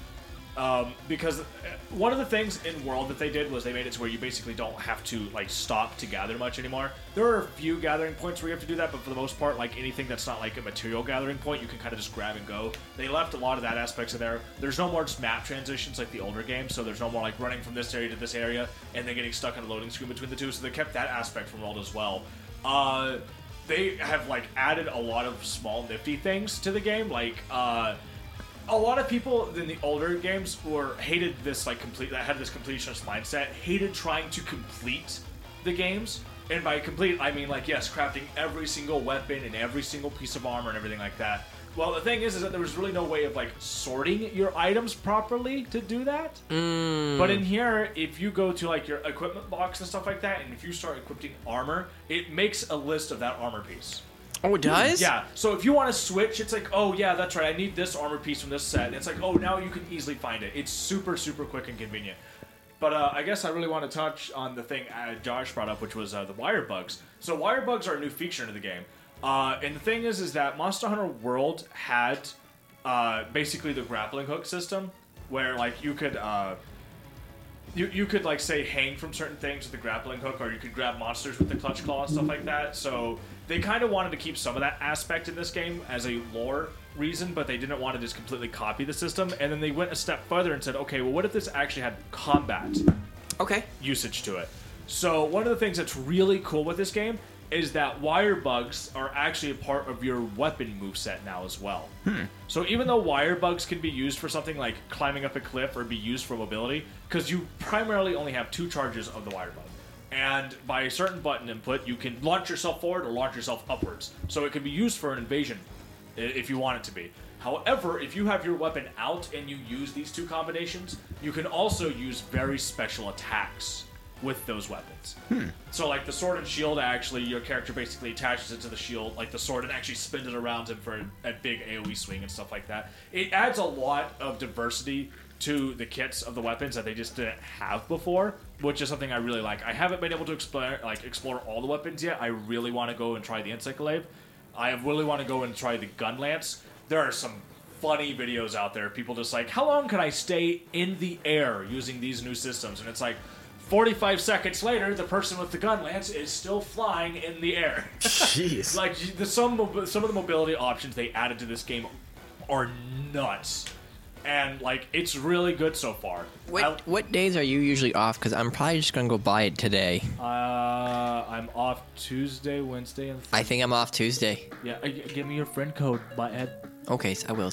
Speaker 4: Um, because uh, one of the things in World that they did was they made it to where you basically don't have to like stop to gather much anymore. There are a few gathering points where you have to do that, but for the most part, like anything that's not like a material gathering point, you can kind of just grab and go. They left a lot of that aspects of there. There's no more just map transitions like the older games, so there's no more like running from this area to this area and then getting stuck in a loading screen between the two. So they kept that aspect from World as well. Uh, they have like added a lot of small nifty things to the game, like uh, a lot of people in the older games were hated this like complete that had this completionist mindset hated trying to complete the games and by complete i mean like yes crafting every single weapon and every single piece of armor and everything like that well the thing is is that there was really no way of like sorting your items properly to do that but in here, if you go to like your equipment box and stuff like that, and if you start equipping armor, it makes a list of that armor piece.
Speaker 1: Oh, it does?
Speaker 4: Yeah. So if you want to switch, it's like, oh yeah, that's right. I need this armor piece from this set. And it's like, oh, now you can easily find it. It's super, super quick and convenient. But uh, I guess I really want to touch on the thing uh, Josh brought up, which was uh, the wire bugs. So wire bugs are a new feature into the game. Uh, and the thing is, is that Monster Hunter World had uh, basically the grappling hook system, where like you could. Uh, you, you could like say hang from certain things with the grappling hook, or you could grab monsters with the clutch claw and stuff like that. So they kind of wanted to keep some of that aspect in this game as a lore reason, but they didn't want to just completely copy the system. And then they went a step further and said, okay, well, what if this actually had combat
Speaker 1: Okay.
Speaker 4: usage to it? So one of the things that's really cool with this game is that wire bugs are actually a part of your weapon moveset now as well. So even though wire bugs can be used for something like climbing up a cliff or be used for mobility, because you primarily only have two charges of the wire bug. And by a certain button input, you can launch yourself forward or launch yourself upwards. So it can be used for an invasion i- if you want it to be. However, if you have your weapon out and you use these two combinations, you can also use very special attacks with those weapons. So, like the sword and shield, actually, your character basically attaches it to the shield, like the sword, and actually spins it around him for a, a big AoE swing and stuff like that. It adds a lot of diversity to the kits of the weapons that they just didn't have before, which is something I really like. I haven't been able to explore like explore all the weapons yet. I really want to go and try the insect glaive. I really want to go and try the gun lance. There are some funny videos out there. People just like, how long can I stay in the air using these new systems? And it's like, 45 seconds later, the person with the gun lance is still flying in the air.
Speaker 2: Jeez.
Speaker 4: like the, some mo- some of the mobility options they added to this game are nuts, and like it's really good so far.
Speaker 1: What what days are you usually off? Because I'm probably just gonna go buy it today.
Speaker 4: I, uh, I'm off Tuesday, Wednesday, and
Speaker 1: I think I'm off Tuesday.
Speaker 4: yeah. uh, g- Give me your friend code, but Ed
Speaker 1: Okay, so I will.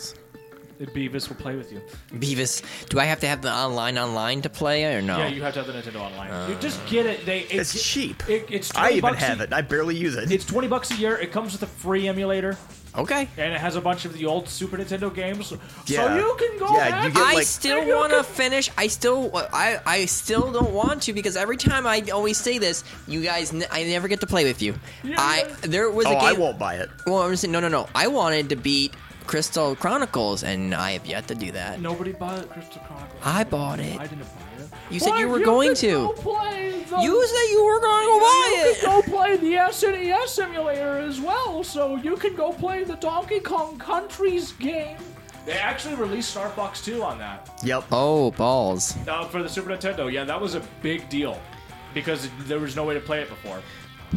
Speaker 4: Beavis will play with you.
Speaker 1: Beavis, do I have to have the online online to play or no?
Speaker 4: Yeah, you have to have the Nintendo Online. you just get it. They it,
Speaker 2: Oh. Uh, It's cheap.
Speaker 4: It, it's 20
Speaker 2: I even
Speaker 4: bucks
Speaker 2: have
Speaker 4: a,
Speaker 2: it. I barely use it.
Speaker 4: It's twenty bucks a year. It comes with a free emulator.
Speaker 1: okay.
Speaker 4: and it has a bunch of the old Super Nintendo games.
Speaker 2: Yeah.
Speaker 4: So you can go
Speaker 2: Yeah,
Speaker 4: back.
Speaker 2: you get-
Speaker 1: I
Speaker 2: like-
Speaker 1: still
Speaker 4: Hey, you
Speaker 1: want to
Speaker 4: can-
Speaker 1: finish. I still, I, I still don't want to because every time I always say this, you guys, n- I never get to play with you. I there was a
Speaker 2: oh,
Speaker 1: game.
Speaker 2: I won't buy it.
Speaker 1: Well, I'm just saying, no, no, no. I wanted to beat Crystal Chronicles, and I have yet to do that.
Speaker 4: Nobody bought Crystal Chronicles.
Speaker 1: I bought it.
Speaker 4: I didn't buy it.
Speaker 1: You said
Speaker 4: Why,
Speaker 1: you were going
Speaker 4: could
Speaker 1: to.
Speaker 4: Go play the,
Speaker 1: You said you were going to buy
Speaker 4: could
Speaker 1: it.
Speaker 4: Go play the SNES simulator as well, so you can go play the Donkey Kong Country's game. They actually released Star Fox 2 on that.
Speaker 2: Yep.
Speaker 1: Oh balls!
Speaker 4: Uh, for the Super Nintendo, yeah, that was a big deal because there was no way to play it before.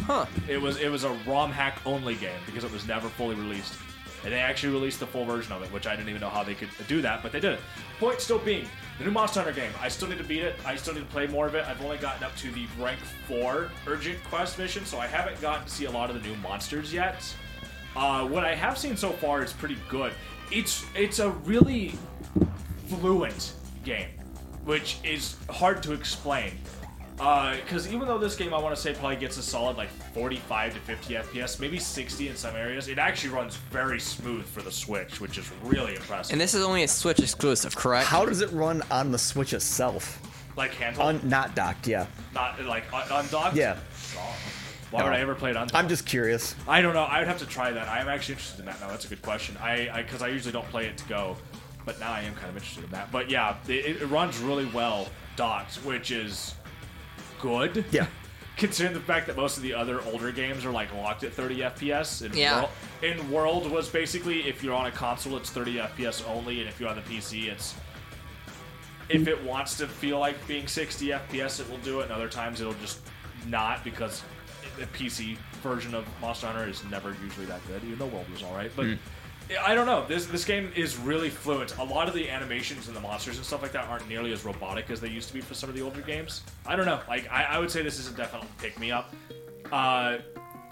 Speaker 1: Huh?
Speaker 4: It was it was a ROM hack only game because it was never fully released. And they actually released the full version of it, which I didn't even know how they could do that, but they did it. Point still being, the new Monster Hunter game. I still need to beat it. I still need to play more of it. I've only gotten up to the rank four urgent quest mission, so I haven't gotten to see a lot of the new monsters yet. Uh, what I have seen so far is pretty good. It's it's a really fluent game, which is hard to explain. Because even though this game, I want to say, probably gets a solid like 45 to 50 FPS, maybe 60 in some areas, it actually runs very smooth for the Switch, which is really impressive.
Speaker 1: And this is only a Switch exclusive, correct?
Speaker 2: How does it run on the Switch itself?
Speaker 4: like handheld,
Speaker 2: On not docked, yeah.
Speaker 4: not like un- undocked.
Speaker 2: Yeah.
Speaker 4: Why would
Speaker 2: No.
Speaker 4: I ever play it undocked?
Speaker 2: I'm just curious.
Speaker 4: I don't know. I would have to try that. I'm actually interested in that now. That's a good question. I because I, usually don't play it to go, but now I am kind of interested in that. But yeah, it, it runs really well docked, which is good.
Speaker 2: Yeah.
Speaker 4: Considering the fact that most of the other older games are like locked at 30 FPS, and
Speaker 1: Yeah.
Speaker 4: World, and World was basically if you're on a console, it's 30 FPS only, and if you're on the PC, it's if it wants to feel like being 60 FPS, it will do it, and other times it'll just not because the PC version of Monster Hunter is never usually that good. Even though World was all right, but I don't know. This this game is really fluent. A lot of the animations and the monsters and stuff like that aren't nearly as robotic as they used to be for some of the older games. I don't know. Like I, I would say this is a definite pick me up. Uh,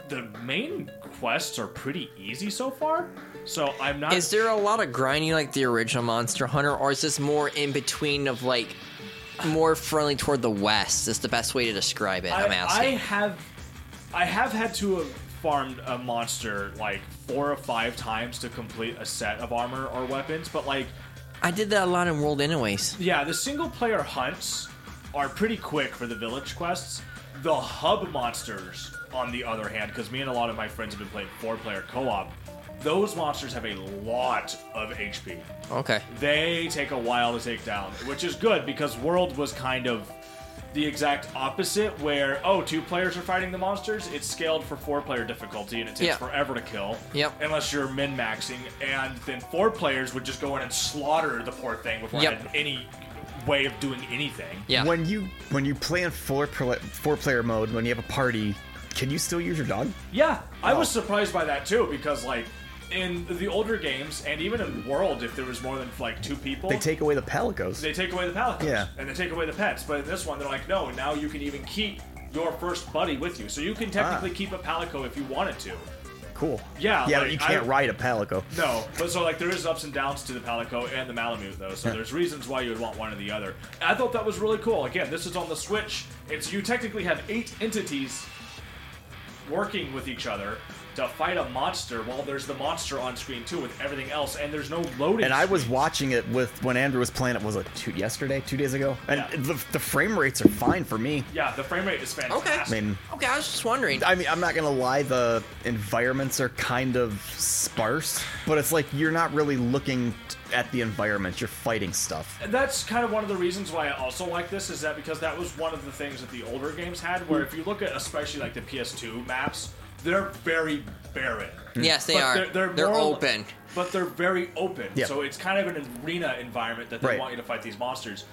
Speaker 4: the main quests are pretty easy so far, so I'm not.
Speaker 1: Is there a lot of grinding like the original Monster Hunter, or is this more in between of like more friendly toward the West? Is the best way to describe it? I, am
Speaker 4: I- I
Speaker 1: asking.
Speaker 4: have, I have had to have farmed a monster like four or five times to complete a set of armor or weapons, but like,
Speaker 1: I, did that a lot in World, anyways.
Speaker 4: yeah, the single player hunts are pretty quick for the village quests. The hub monsters, on the other hand, because me and a lot of my friends have been playing four-player co-op, those monsters have a lot of HP.
Speaker 1: Okay.
Speaker 4: They take a while to take down, which is good because World was kind of the exact opposite, where oh, two players are fighting the monsters. It's scaled for four-player difficulty, and it takes
Speaker 1: Yeah.
Speaker 4: forever to kill.
Speaker 1: Yep.
Speaker 4: Unless you're min-maxing, and then four players would just go in and slaughter the poor thing before
Speaker 1: Yep.
Speaker 4: it had any way of doing anything.
Speaker 1: Yeah.
Speaker 2: When you when you play in four four player mode, when you have a party, can you still use your dog?
Speaker 4: Yeah, I was
Speaker 2: Oh.
Speaker 4: surprised by that too because like in the older games and even in World, if there was more than like two people,
Speaker 2: They take away the palicos.
Speaker 4: they take away the palicos
Speaker 2: Yeah.
Speaker 4: and they take away the pets. But in this one, they're like, no, now you can even keep your first buddy with you, so you can technically
Speaker 2: Ah.
Speaker 4: keep a palico if you wanted to.
Speaker 2: cool.
Speaker 4: Yeah,
Speaker 2: Yeah,
Speaker 4: like,
Speaker 2: you can't
Speaker 4: I-
Speaker 2: ride a palico.
Speaker 4: No, but so like there is ups and downs to the Palico and the Malamute though, so there's reasons why you would want one or the other. I thought that was really cool. Again, this is on the Switch. It's you technically have eight entities working with each other to fight a monster while there's the monster on screen too with everything else, and there's no loading.
Speaker 2: And I was
Speaker 4: screens.
Speaker 2: watching it with when Andrew was playing it. Was it two yesterday, two days ago? And
Speaker 4: Yeah.
Speaker 2: the, the frame rates are fine for me.
Speaker 4: yeah, the frame rate is
Speaker 1: Okay.
Speaker 4: fantastic.
Speaker 2: I mean-
Speaker 1: okay, I was just wondering.
Speaker 2: I mean, I'm not gonna lie. The environments are kind of sparse, but it's like you're not really looking t- at the environment. You're fighting stuff.
Speaker 4: that's kind of one of the reasons why I also like this is that because that was one of the things that the older games had, where if you look at especially like the PS2 maps, they're very barren.
Speaker 1: Mm-hmm. Yes, they
Speaker 4: But
Speaker 1: are.
Speaker 4: They're, they're,
Speaker 1: They're
Speaker 4: more-
Speaker 1: open.
Speaker 4: but they're very open.
Speaker 2: Yeah.
Speaker 4: So it's kind of an arena environment that they
Speaker 2: Right.
Speaker 4: want you to fight these monsters.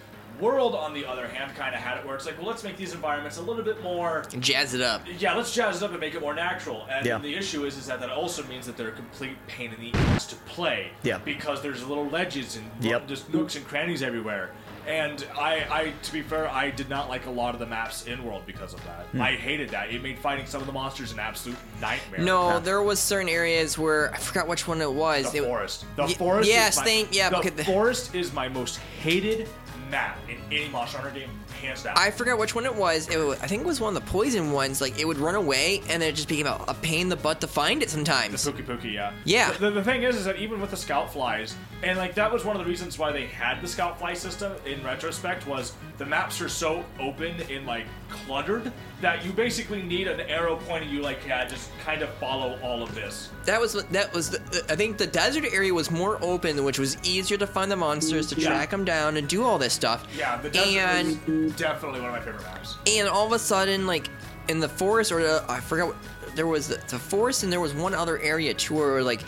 Speaker 4: World, on the other hand, kind of had it where it's like, well, let's make these environments a little bit more.
Speaker 1: Jazz it up.
Speaker 4: Yeah, let's jazz it up and make it more natural. And
Speaker 2: Yeah.
Speaker 4: the issue is, is that that also means that they're a complete pain in the ass to play.
Speaker 2: Yeah.
Speaker 4: Because there's little ledges and
Speaker 2: Yep.
Speaker 4: just nooks and crannies everywhere. And I, I, to be fair, I did not like a lot of the maps in World because of
Speaker 2: Hmm.
Speaker 4: that. I hated that. It made fighting some of the monsters an absolute nightmare.
Speaker 1: No, there was certain areas where I forgot which one it was.
Speaker 4: The
Speaker 1: It-
Speaker 4: forest. The
Speaker 1: Ye-
Speaker 4: forest.
Speaker 1: yes,
Speaker 4: is my,
Speaker 1: thank- yeah,
Speaker 4: The
Speaker 1: because the-
Speaker 4: forest is my most hated map in any Monster Hunter game, hands down.
Speaker 1: I forgot which one it was. It was. I think it was one of the poison ones. Like it would run away, and then it just became a, a pain in the butt to find it
Speaker 4: the
Speaker 1: sometimes.
Speaker 4: Pookie Pookie, yeah.
Speaker 1: Yeah.
Speaker 4: The, the thing is, is that even with the Scout Flies, and like that was one of the reasons why they had the Scout Fly system in retrospect was the maps are so open and like cluttered that you basically need an arrow pointing you like, yeah, just kind of follow all of this.
Speaker 1: That was that was. The, uh, I think the desert area was more open, which was easier to find the monsters, to
Speaker 4: Yeah.
Speaker 1: track them down, and do all this stuff.
Speaker 4: Yeah, the desert
Speaker 1: and
Speaker 4: is definitely one of my favorite maps.
Speaker 1: and all of a sudden, like in the forest, or the, I forgot, what, there was the, the forest, and there was one other area too, where like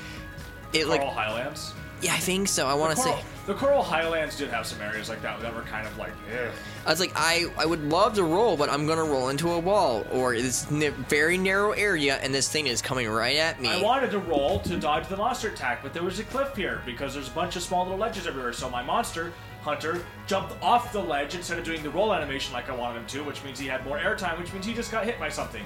Speaker 1: it
Speaker 4: Coral
Speaker 1: like
Speaker 4: Highlands.
Speaker 1: yeah, I think so. I want to
Speaker 4: Coral-
Speaker 1: say.
Speaker 4: the Coral Highlands did have some areas like that that were kind of like, eh.
Speaker 1: I was like, I, I would love to roll, but I'm gonna roll into a wall or this n- very narrow area, and this thing is coming right at me.
Speaker 4: I wanted to roll to dodge the monster attack, but there was a cliff here because there's a bunch of small little ledges everywhere. So my monster hunter jumped off the ledge instead of doing the roll animation like I wanted him to, which means he had more airtime, which means he just got hit by something.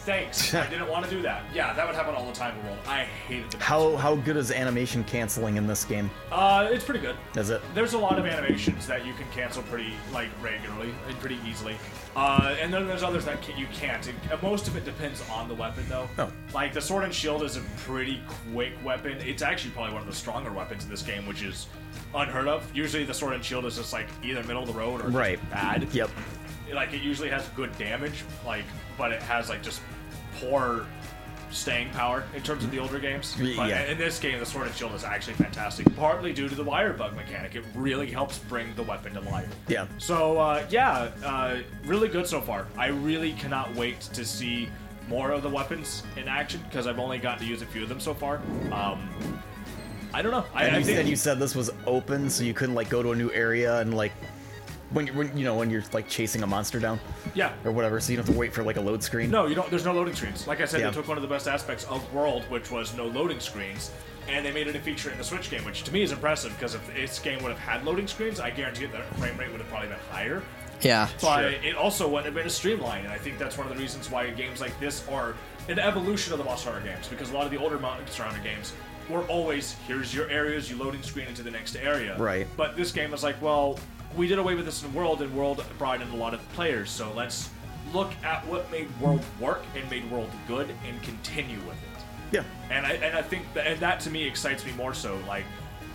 Speaker 4: Thanks. I didn't want to do that. Yeah, that would happen all the time in World. I hated the
Speaker 2: How how good is animation canceling in this game?
Speaker 4: Uh, it's pretty good.
Speaker 2: Is it?
Speaker 4: There's a lot of animations that you can cancel pretty like regularly and pretty easily. Uh, and then there's others that can, you can't. It, uh, most of it depends on the weapon though.
Speaker 2: Oh.
Speaker 4: Like the sword and shield is a pretty quick weapon. It's actually probably one of the stronger weapons in this game, which is unheard of. Usually the sword and shield is just like either middle of the road or just
Speaker 2: Right.
Speaker 4: bad.
Speaker 2: Yep.
Speaker 4: Like it usually has good damage, like but it has like just poor staying power in terms of the older games.
Speaker 2: Y-
Speaker 4: But
Speaker 2: yeah.
Speaker 4: in this game, the sword and shield is actually fantastic, partly due to the wire bug mechanic. It really helps bring the weapon to life.
Speaker 2: Yeah.
Speaker 4: So uh, yeah, uh, really good so far. I really cannot wait to see more of the weapons in action because I've only gotten to use a few of them so far. Um, I don't know. I,
Speaker 2: And
Speaker 4: I
Speaker 2: you,
Speaker 4: think
Speaker 2: and you said this was open, so you couldn't like go to a new area and like when you when you know when you're like chasing a monster down
Speaker 4: yeah.
Speaker 2: or whatever, so you don't have to wait for like a load screen.
Speaker 4: No, you don't. There's no loading screens. Like I said,
Speaker 2: Yeah.
Speaker 4: they took one of the best aspects of World, which was no loading screens, and they made it a feature in the Switch game, which to me is impressive because if this game would have had loading screens, I guarantee that the frame rate would have probably been higher.
Speaker 1: yeah.
Speaker 4: But it also wouldn't have been as streamlined, and I think that's one of the reasons why games like this are an evolution of the Monster Hunter games, because a lot of the older Monster Hunter games were always here's your areas, you loading screen into the next area.
Speaker 2: Right.
Speaker 4: But this game is like, well, we did away with this in World, and World brought in a lot of players, so let's look at what made World work and made World good and continue with it.
Speaker 2: Yeah.
Speaker 4: And I and I think that, and that to me excites me more so. Like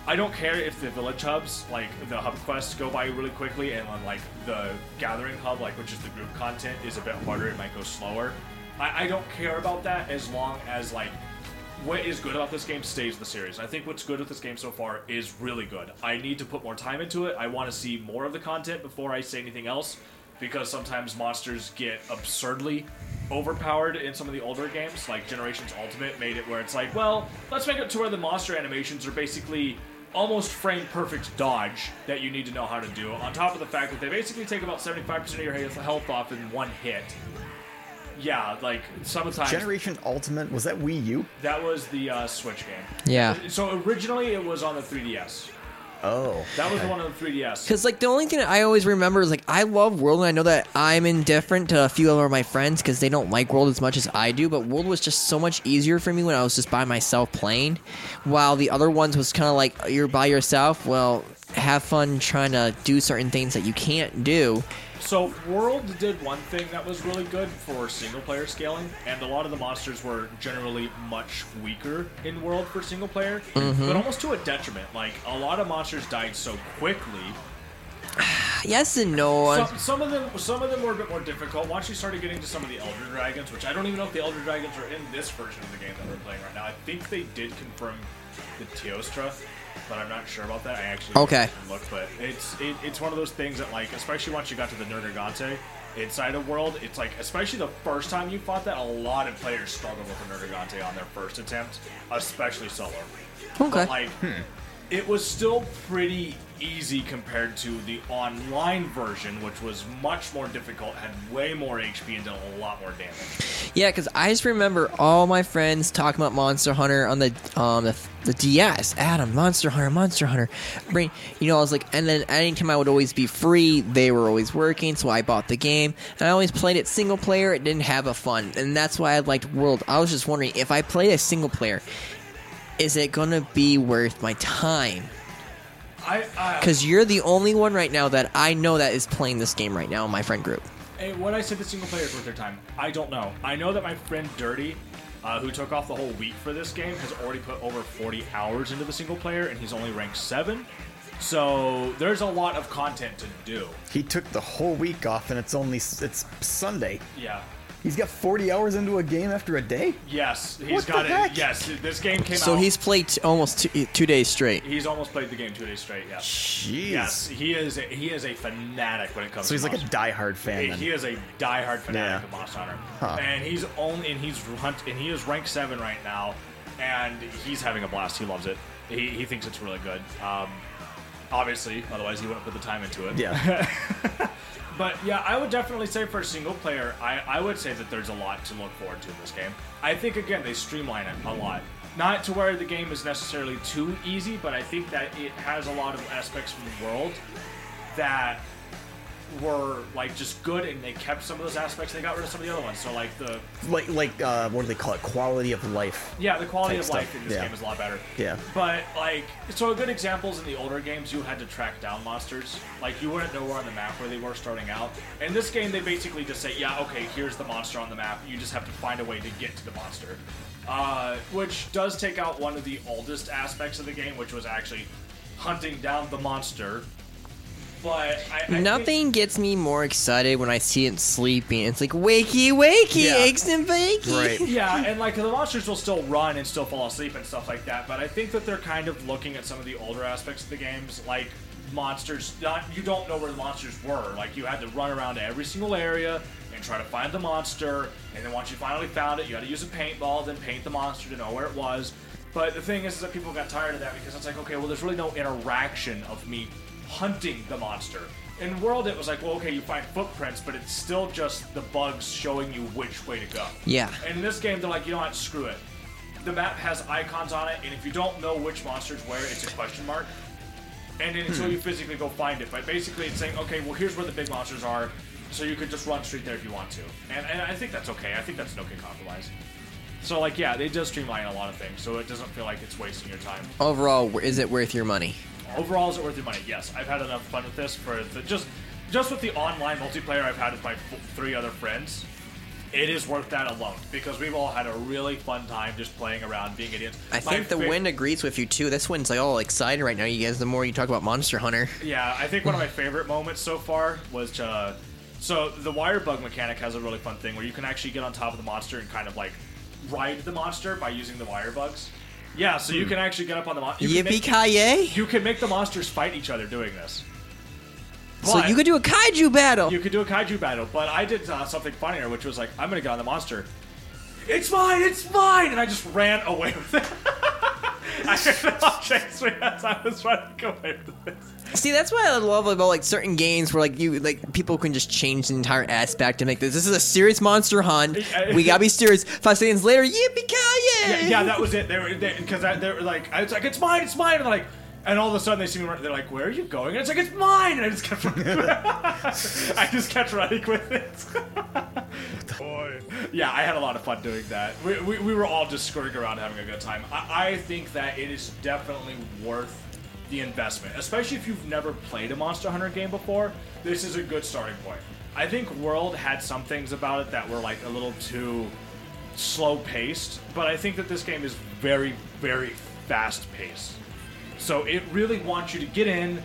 Speaker 4: I don't care if the village hubs, like the hub quests, go by really quickly, and on like the gathering hub, like which is the group content, is a bit harder. It might go slower. I, I don't care about that as long as like what is good about this game stays the series. I think what's good with this game so far is really good. I need to put more time into it. I want to see more of the content before I say anything else because sometimes monsters get absurdly overpowered in some of the older games. Like Generations Ultimate made it where it's like, well, let's make it to where the monster animations are basically almost frame perfect dodge that you need to know how to do. On top of the fact that they basically take about 75% of your health off in one hit. Yeah, like sometimes
Speaker 2: Generation Ultimate was that Wii U?
Speaker 4: that was the uh, Switch game.
Speaker 1: Yeah.
Speaker 4: So originally it was on the 3DS.
Speaker 2: Oh,
Speaker 4: That was the one on the 3DS.
Speaker 1: Because like the only thing that I always remember is like I love World, and I know that I'm indifferent to a few of my friends because they don't like World as much as I do. But World was just so much easier for me when I was just by myself playing, while the other ones was kind of like you're by yourself. Well, have fun trying to do certain things that you can't do.
Speaker 4: So World did one thing that was really good for single player scaling, and a lot of the monsters were generally much weaker in World for single player, but almost to a detriment. Like a lot of monsters died so quickly
Speaker 1: Yes and no.
Speaker 4: Some, some of them, some of them were a bit more difficult. Once you started getting to some of the Elder Dragons, which I don't even know if the Elder Dragons are in this version of the game that we're playing right now. I think they did confirm the Teostra, but I'm not sure about that. I actually
Speaker 1: Okay.
Speaker 4: didn't look, but it's it, it's one of those things that like, especially once you got to the Nergigante inside of World, it's like, especially the first time you fought that, a lot of players struggled with the Nergigante on their first attempt, especially solo.
Speaker 1: Okay.
Speaker 4: But like,
Speaker 2: Hmm.
Speaker 4: it was still pretty easy compared to the online version, which was much more difficult, had way more HP, and did a lot more damage.
Speaker 1: Yeah, because I just remember all my friends talking about Monster Hunter on the um the, the DS. Adam, Monster Hunter, Monster Hunter. Brain, you know, I was like, and then anytime I would always be free, they were always working, so I bought the game. And I always played it single player. It didn't have a fun, and that's why I liked World. I was just wondering if I played a single player, is it gonna be worth my time?
Speaker 4: I, I
Speaker 1: Because you're the only one right now that I know that is playing this game right now in my friend group.
Speaker 4: eh, when I said the single player is worth their time, I don't know. I know that my friend Dirty, uh, who took off the whole week for this game, has already put over 40 hours into the single player, and he's only ranked seven. So there's a lot of content to do.
Speaker 2: he took the whole week off, and it's only it's Sunday.
Speaker 4: Yeah.
Speaker 2: He's got 40 hours into a game after a day.
Speaker 4: Yes, he's
Speaker 2: What the
Speaker 4: got it.
Speaker 2: heck?
Speaker 4: Yes, this game came
Speaker 1: So
Speaker 4: out.
Speaker 1: he's played t- almost two, two days straight.
Speaker 4: he's almost played the game two days straight. Yeah.
Speaker 2: Jeez.
Speaker 4: Yes, he is. A, he is a fanatic when it comes.
Speaker 2: So he's
Speaker 4: to
Speaker 2: like a
Speaker 4: Monster.
Speaker 2: diehard fan.
Speaker 4: He,
Speaker 2: Then.
Speaker 4: he is a diehard fanatic
Speaker 2: Yeah.
Speaker 4: of Monster Hunter, and he's only and he's hunt and he is rank seven right now, and he's having a blast. He loves it. He, he thinks it's really good. Um, obviously, otherwise he wouldn't put the time into it.
Speaker 2: Yeah.
Speaker 4: But yeah, I would definitely say for single player, I, I would say that there's a lot to look forward to in this game. I think again they streamline it a lot. Not to where the game is necessarily too easy, but I think that it has a lot of aspects from the world that were like just good and they kept some of those aspects and they got rid of some of the other ones. So like the
Speaker 2: like like uh, what do they call it? Quality of life.
Speaker 4: yeah, the quality
Speaker 2: Type
Speaker 4: of life
Speaker 2: stuff,
Speaker 4: in this
Speaker 2: yeah.
Speaker 4: game is a lot better.
Speaker 2: Yeah.
Speaker 4: But like, so a good examples in the older games, you had to track down monsters. Like you wouldn't know where on the map where they were starting out. In this game, they basically just say, yeah, okay, here's the monster on the map. You just have to find a way to get to the monster, uh, which does take out one of the oldest aspects of the game, which was actually hunting down the monster. But I, I think-
Speaker 1: Nothing gets me more excited when I see it sleeping. It's like wakey, wakey,
Speaker 2: Yeah.
Speaker 1: eggs and bakey.
Speaker 2: Right.
Speaker 4: Yeah, and like the monsters will still run and still fall asleep and stuff like that. But I think that they're kind of looking at some of the older aspects of the games, like monsters. Not you don't know where the monsters were. Like you had to run around to every single area and try to find the monster. And then once you finally found it, you had to use a paintball, then paint the monster to know where it was. But the thing is, is that people got tired of that because it's like, okay, well, there's really no interaction of me hunting the monster. In World, it was like, well, okay, you find footprints, but it's still just the bugs showing you which way to go.
Speaker 1: Yeah.
Speaker 4: And in this game, they're like, you know what? Screw it. The map has icons on it, and if you don't know which monster's where, it's a question mark. And then until you physically go find it. But basically, it's saying, okay, well, here's where the big monsters are, so you could just run straight there if you want to. And, and I think that's okay. I think that's an okay compromise. So, like, yeah, they does streamline a lot of things, so it doesn't feel like it's wasting your time.
Speaker 1: Overall, w- is it worth your money?
Speaker 4: Overall, is it worth your money? Yes, I've had enough fun with this for the, just just with the online multiplayer I've had with my f- three other friends. it is worth that alone because we've all had a really fun time just playing around, being idiots.
Speaker 1: I
Speaker 4: My
Speaker 1: think the
Speaker 4: fa-
Speaker 1: wind agrees with you too. This one's like all excited right now, you guys. The more you talk about Monster Hunter,
Speaker 4: Yeah, I think one of my favorite moments so far was uh, so the wire bug mechanic has a really fun thing where you can actually get on top of the monster and kind of like ride the monster by using the wire bugs. Yeah, so you can actually get up on the monster.
Speaker 1: Hmm. yippee ki yay!
Speaker 4: You can make the monsters fight each other doing this.
Speaker 1: So you could do a kaiju battle.
Speaker 4: you could do a kaiju battle, but I did uh, something funnier, which was like I'm gonna get on the monster. It's mine! It's mine! And I just ran away with it. I chased me as I was running away with it.
Speaker 1: See, that's what I love about like certain games where like you like people can just change the entire aspect to make this. This is a serious monster hunt. We gotta be serious. Five seconds later, yippee ki
Speaker 4: Yeah,
Speaker 1: yay!
Speaker 4: yeah, that was it. They were because they, were like, I was like, it's mine, it's mine, and like, and all of a sudden they see me. run- They're like, where are you going? And it's like, it's mine, and I just kept, running. I just kept running with it. Boy. Yeah, I had a lot of fun doing that. We, we, we were all just scurrying around having a good time. I, I think that it is definitely worth the investment, especially if you've never played a Monster Hunter game before. This is a good starting point. I think World had some things about it that were like a little too slow paced, but I think that this game is very, very fast paced. So it really wants you to get in,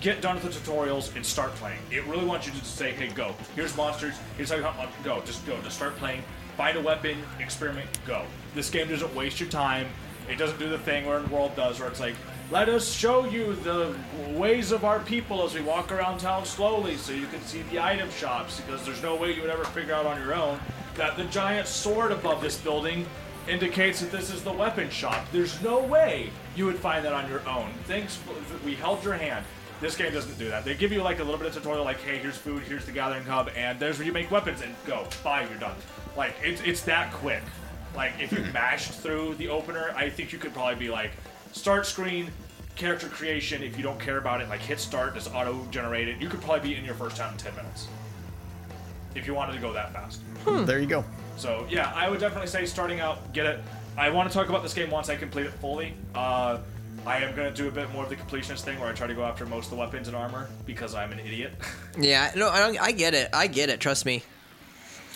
Speaker 4: get done with the tutorials, and start playing. It really wants you to just say, hey, go. Here's monsters. Here's how you hunt. mon- Go. Just go. Just start playing. Find a weapon. Experiment. Go. This game doesn't waste your time. It doesn't do the thing where in World does, where it's like, let us show you the ways of our people as we walk around town slowly so you can see the item shops because there's no way you would ever figure out on your own that the giant sword above this building indicates that this is the weapon shop. There's no way you would find that on your own. Thanks, f- we held your hand. This game doesn't do that. They give you like a little bit of tutorial, like, hey, here's food, here's the gathering hub, and there's where you make weapons, and go, bye, you're done. Like, it's, it's that quick. Like, if you mashed through the opener, I think you could probably be like, start screen, character creation, if you don't care about it, like, hit start, just auto generate it. You could probably be in your first town in 10 minutes. If you wanted to go that fast.
Speaker 1: Hmm.
Speaker 2: There you go.
Speaker 4: So yeah, I would definitely say starting out, get it. I want to talk about this game once I complete it fully. Uh, I am gonna do a bit more of the completionist thing where I try to go after most of the weapons and armor because I'm an idiot.
Speaker 1: Yeah, no, I, don't, I get it. I get it. Trust me.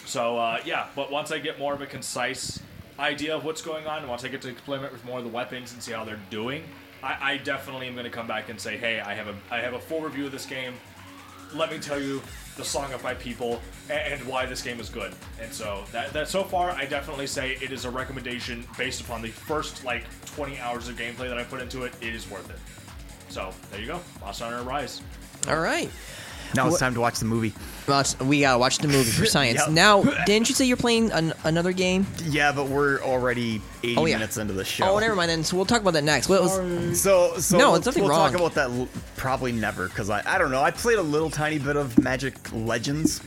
Speaker 4: so uh, yeah, but once I get more of a concise idea of what's going on, and once I get to experiment with more of the weapons and see how they're doing, I, I definitely am gonna come back and say, hey, I have a I have a full review of this game. let me tell you the song of my people and, and why this game is good. And so that, that so far, I definitely say it is a recommendation based upon the first like 20 hours of gameplay that I put into it. It is worth it. So there you go, Monster Hunter Rise.
Speaker 1: All right,
Speaker 2: Now
Speaker 1: What-
Speaker 2: it's time to watch the movie.
Speaker 1: Let's- we gotta watch the movie for science.
Speaker 2: Yep.
Speaker 1: Now, didn't you say you're playing an, another game?
Speaker 2: Yeah, but we're already 80
Speaker 1: Oh, yeah.
Speaker 2: minutes into the show.
Speaker 1: Oh, never mind. Then so we'll talk about that next. What
Speaker 2: Um,
Speaker 1: was?
Speaker 2: So, so
Speaker 1: No,
Speaker 2: we'll-
Speaker 1: it's nothing
Speaker 2: we'll
Speaker 1: wrong.
Speaker 2: talk about that l- probably never because I, I don't know. I played a little tiny bit of Magic Legends,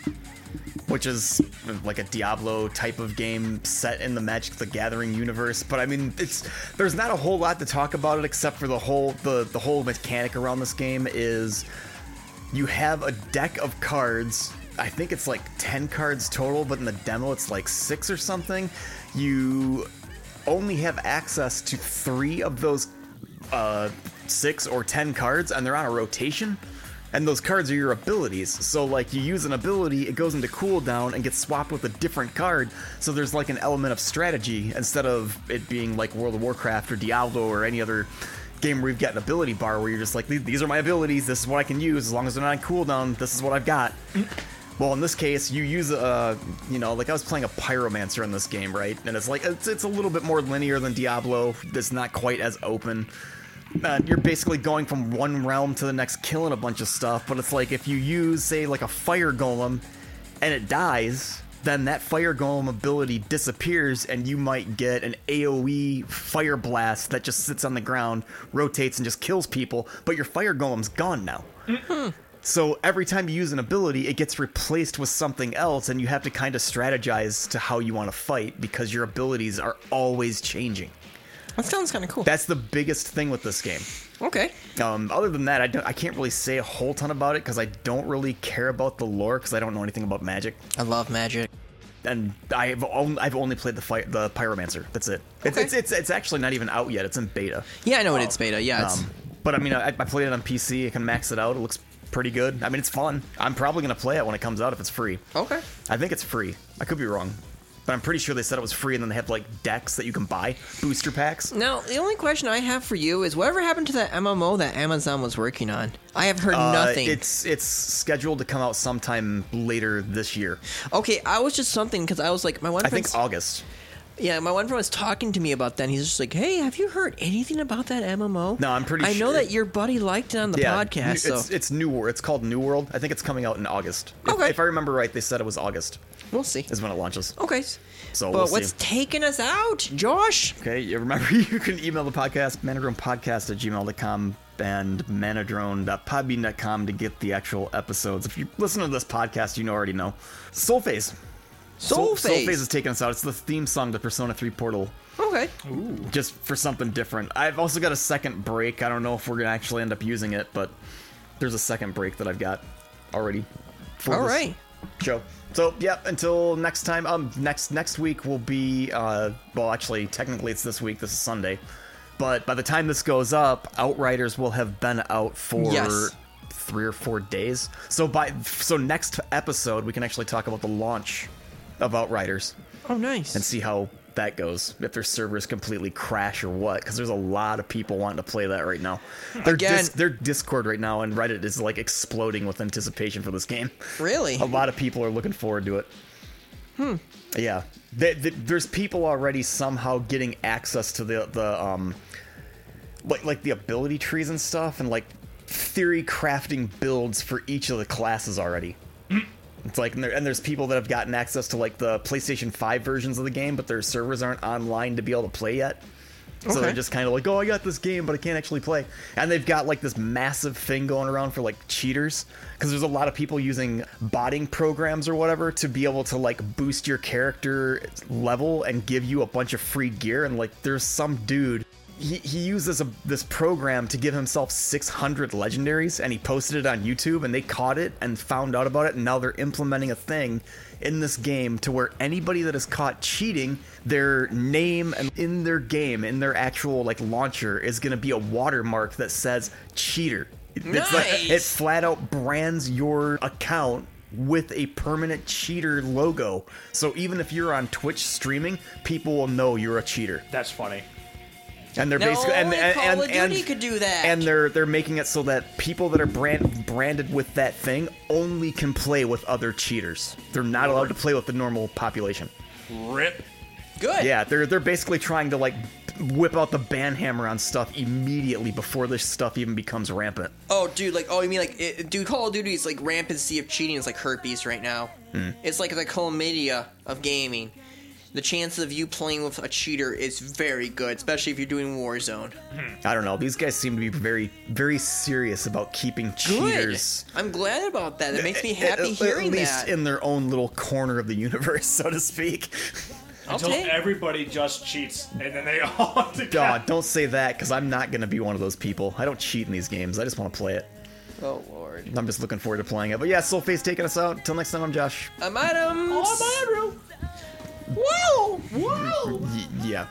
Speaker 2: which is uh, like a Diablo type of game set in the Magic the Gathering universe. But I mean, it's there's not a whole lot to talk about it except for the whole the the whole mechanic around this game is you have a deck of cards. I think it's like 10 cards total, but in the demo it's like 6 or something. You only have access to 3 of those uh 6 or 10 cards and they're on a rotation. And those cards are your abilities. So like you use an ability, it goes into cooldown and gets swapped with a different card. So there's like an element of strategy instead of it being like World of Warcraft or Diablo or any other game where you've got an ability bar where you're just like, these are my abilities, this is what I can use, as long as they're not on cooldown, this is what I've got. Well, in this case, you use a, you know, like I was playing a pyromancer in this game, right? And it's like, it's, it's a little bit more linear than Diablo, it's not quite as open. Uh, you're basically going from one realm to the next, killing a bunch of stuff, but it's like if you use, say, like a fire golem and it dies, then that fire golem ability disappears, and you might get an AoE fire blast that just sits on the ground, rotates, and just kills people. But your fire golem's gone now. So every time you use an ability, it gets replaced with something else, and you have to kind of strategize to how you want to fight because your abilities are always changing.
Speaker 1: That sounds kind of cool.
Speaker 2: That's the biggest thing with this game.
Speaker 1: okay.
Speaker 2: Um, other than that, I, don't, I can't really say a whole ton about it because I don't really care about the lore because I don't know anything about magic,
Speaker 1: I love magic.
Speaker 2: and I've only, I've only played the fi- the pyromancer. That's it. It's,
Speaker 1: Okay.
Speaker 2: it's it's it's actually not even out yet. It's in beta.
Speaker 1: Yeah, I know it, it's beta. Yeah, it's,
Speaker 2: Um, but I mean, I, I played it on PC. I can max it out. It looks pretty good. I mean, it's fun. I'm probably gonna play it when it comes out if it's free.
Speaker 1: Okay.
Speaker 2: I think it's free. I could be wrong, but I'm pretty sure they said it was free, and then they have like decks that you can buy, booster packs.
Speaker 1: Now, the only question I have for you is whatever happened to that MMO that Amazon was working on? I have heard
Speaker 2: Uh,
Speaker 1: nothing.
Speaker 2: It's it's scheduled to come out sometime later this year.
Speaker 1: Okay, I was just something because I was like, my one
Speaker 2: I
Speaker 1: friend.
Speaker 2: think August.
Speaker 1: yeah, my one friend was talking to me about that. and He's just like, "Hey, have you heard anything about that MMO?"
Speaker 2: No, I'm pretty
Speaker 1: I know
Speaker 2: sure-
Speaker 1: that your buddy liked it on the
Speaker 2: new-
Speaker 1: podcast.
Speaker 2: It's,
Speaker 1: so
Speaker 2: it's New World. It's called New World. I think it's coming out in August. If-
Speaker 1: Okay.
Speaker 2: If, I remember right, they said it was August
Speaker 1: we'll see.
Speaker 2: is when it launches.
Speaker 1: Okay.
Speaker 2: So
Speaker 1: but
Speaker 2: we'll
Speaker 1: what's
Speaker 2: see.
Speaker 1: taking us out, Josh?
Speaker 2: Okay, you remember you can email the podcast, manadronepodcast at gmail.com and manadrone.podbean.com to get the actual episodes. If you listen to this podcast, you know already know. Soulface. Soul-
Speaker 1: Soulface.
Speaker 2: Soulface is taking us out. It's the theme song to Persona 3 Portal,
Speaker 1: Okay.
Speaker 2: just for something different. I've also got a second break. I don't know if we're going to actually end up using it, but there's a second break that I've got already. for
Speaker 1: All
Speaker 2: this
Speaker 1: right.
Speaker 2: Show. So, yeah, until next time. Um, next next week will be uh, well, actually, technically it's this week. This is Sunday, but by the time this goes up, Outriders will have been out for
Speaker 1: Yes.
Speaker 2: three or four days. So by so next episode, we can actually talk about the launch of Outriders
Speaker 1: Oh, nice.
Speaker 2: and see how that goes. If their servers completely crash or what, because there's a lot of people wanting to play that right now. Their
Speaker 1: Again-
Speaker 2: dis- their Discord right now and Reddit is like exploding with anticipation for this game
Speaker 1: really?
Speaker 2: a lot of people are looking forward to it. Hmm. Yeah, Th th there's people already somehow getting access to the the um, like like the ability trees and stuff, and like theory crafting builds for each of the classes already. It's like and, there, and there's people that have gotten access to like the PlayStation Five versions of the game, but their servers aren't online to be able to play yet. So
Speaker 1: Okay.
Speaker 2: they're just kind of like, oh, I got this game, but I can't actually play. And they've got like this massive thing going around for like cheaters, because there's a lot of people using botting programs or whatever to be able to like boost your character level and give you a bunch of free gear. And like, there's some dude. He, he uses a, this program to give himself 600 legendaries and he posted it on YouTube and they caught it and found out about it and now they're implementing a thing in this game to where anybody that is caught cheating their name and in their game in their actual like launcher is going to be a watermark that says cheater It's like-
Speaker 1: Nice.
Speaker 2: it flat out brands your account with a permanent cheater logo so even if you're on twitch streaming people will know you're a cheater
Speaker 4: That's funny.
Speaker 2: and they're
Speaker 1: No,
Speaker 2: basically and,
Speaker 1: only
Speaker 2: and,
Speaker 1: Call
Speaker 2: and,
Speaker 1: of Duty
Speaker 2: and-
Speaker 1: could do that.
Speaker 2: And they're they're making it so that people that are brand branded with that thing only can play with other cheaters. They're not allowed to play with the normal population.
Speaker 4: Rip.
Speaker 1: Good.
Speaker 2: Yeah, they're they're basically trying to like whip out the ban hammer on stuff immediately before this stuff even becomes rampant.
Speaker 1: Oh, dude, like, oh, you mean like, it, dude, Call of Duty is like rampancy of cheating. It's like herpes right now.
Speaker 2: Hmm.
Speaker 1: It's like the chlamydia of gaming. The chance of you playing with a cheater is very good, especially if you're doing Warzone.
Speaker 2: I don't know. These guys seem to be very very serious about keeping cheaters
Speaker 1: Good. I'm glad about that. It makes me
Speaker 2: at-
Speaker 1: happy
Speaker 2: at,
Speaker 1: hearing
Speaker 2: at least
Speaker 1: that.
Speaker 2: in their own little corner of the universe, so to speak.
Speaker 1: I'll
Speaker 4: Until
Speaker 1: take it.
Speaker 4: everybody just cheats and then they all have to
Speaker 2: Aw, don't say that because I'm not going to be one of those people. I don't cheat in these games. I just want to play it.
Speaker 1: Oh, Lord.
Speaker 2: I'm just looking forward to playing it. But yeah, Soulface taking us out. Till next time, I'm Josh.
Speaker 1: I'm Adam. Oh, I'm Whoa! Whoa!
Speaker 2: Y- yeah.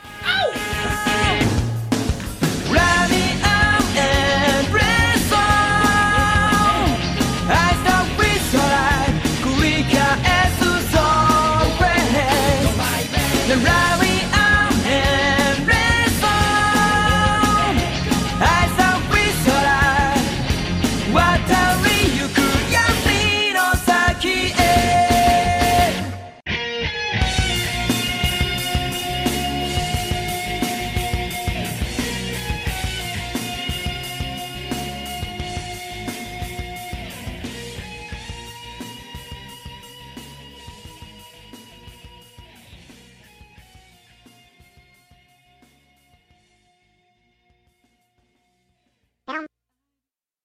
Speaker 1: Riding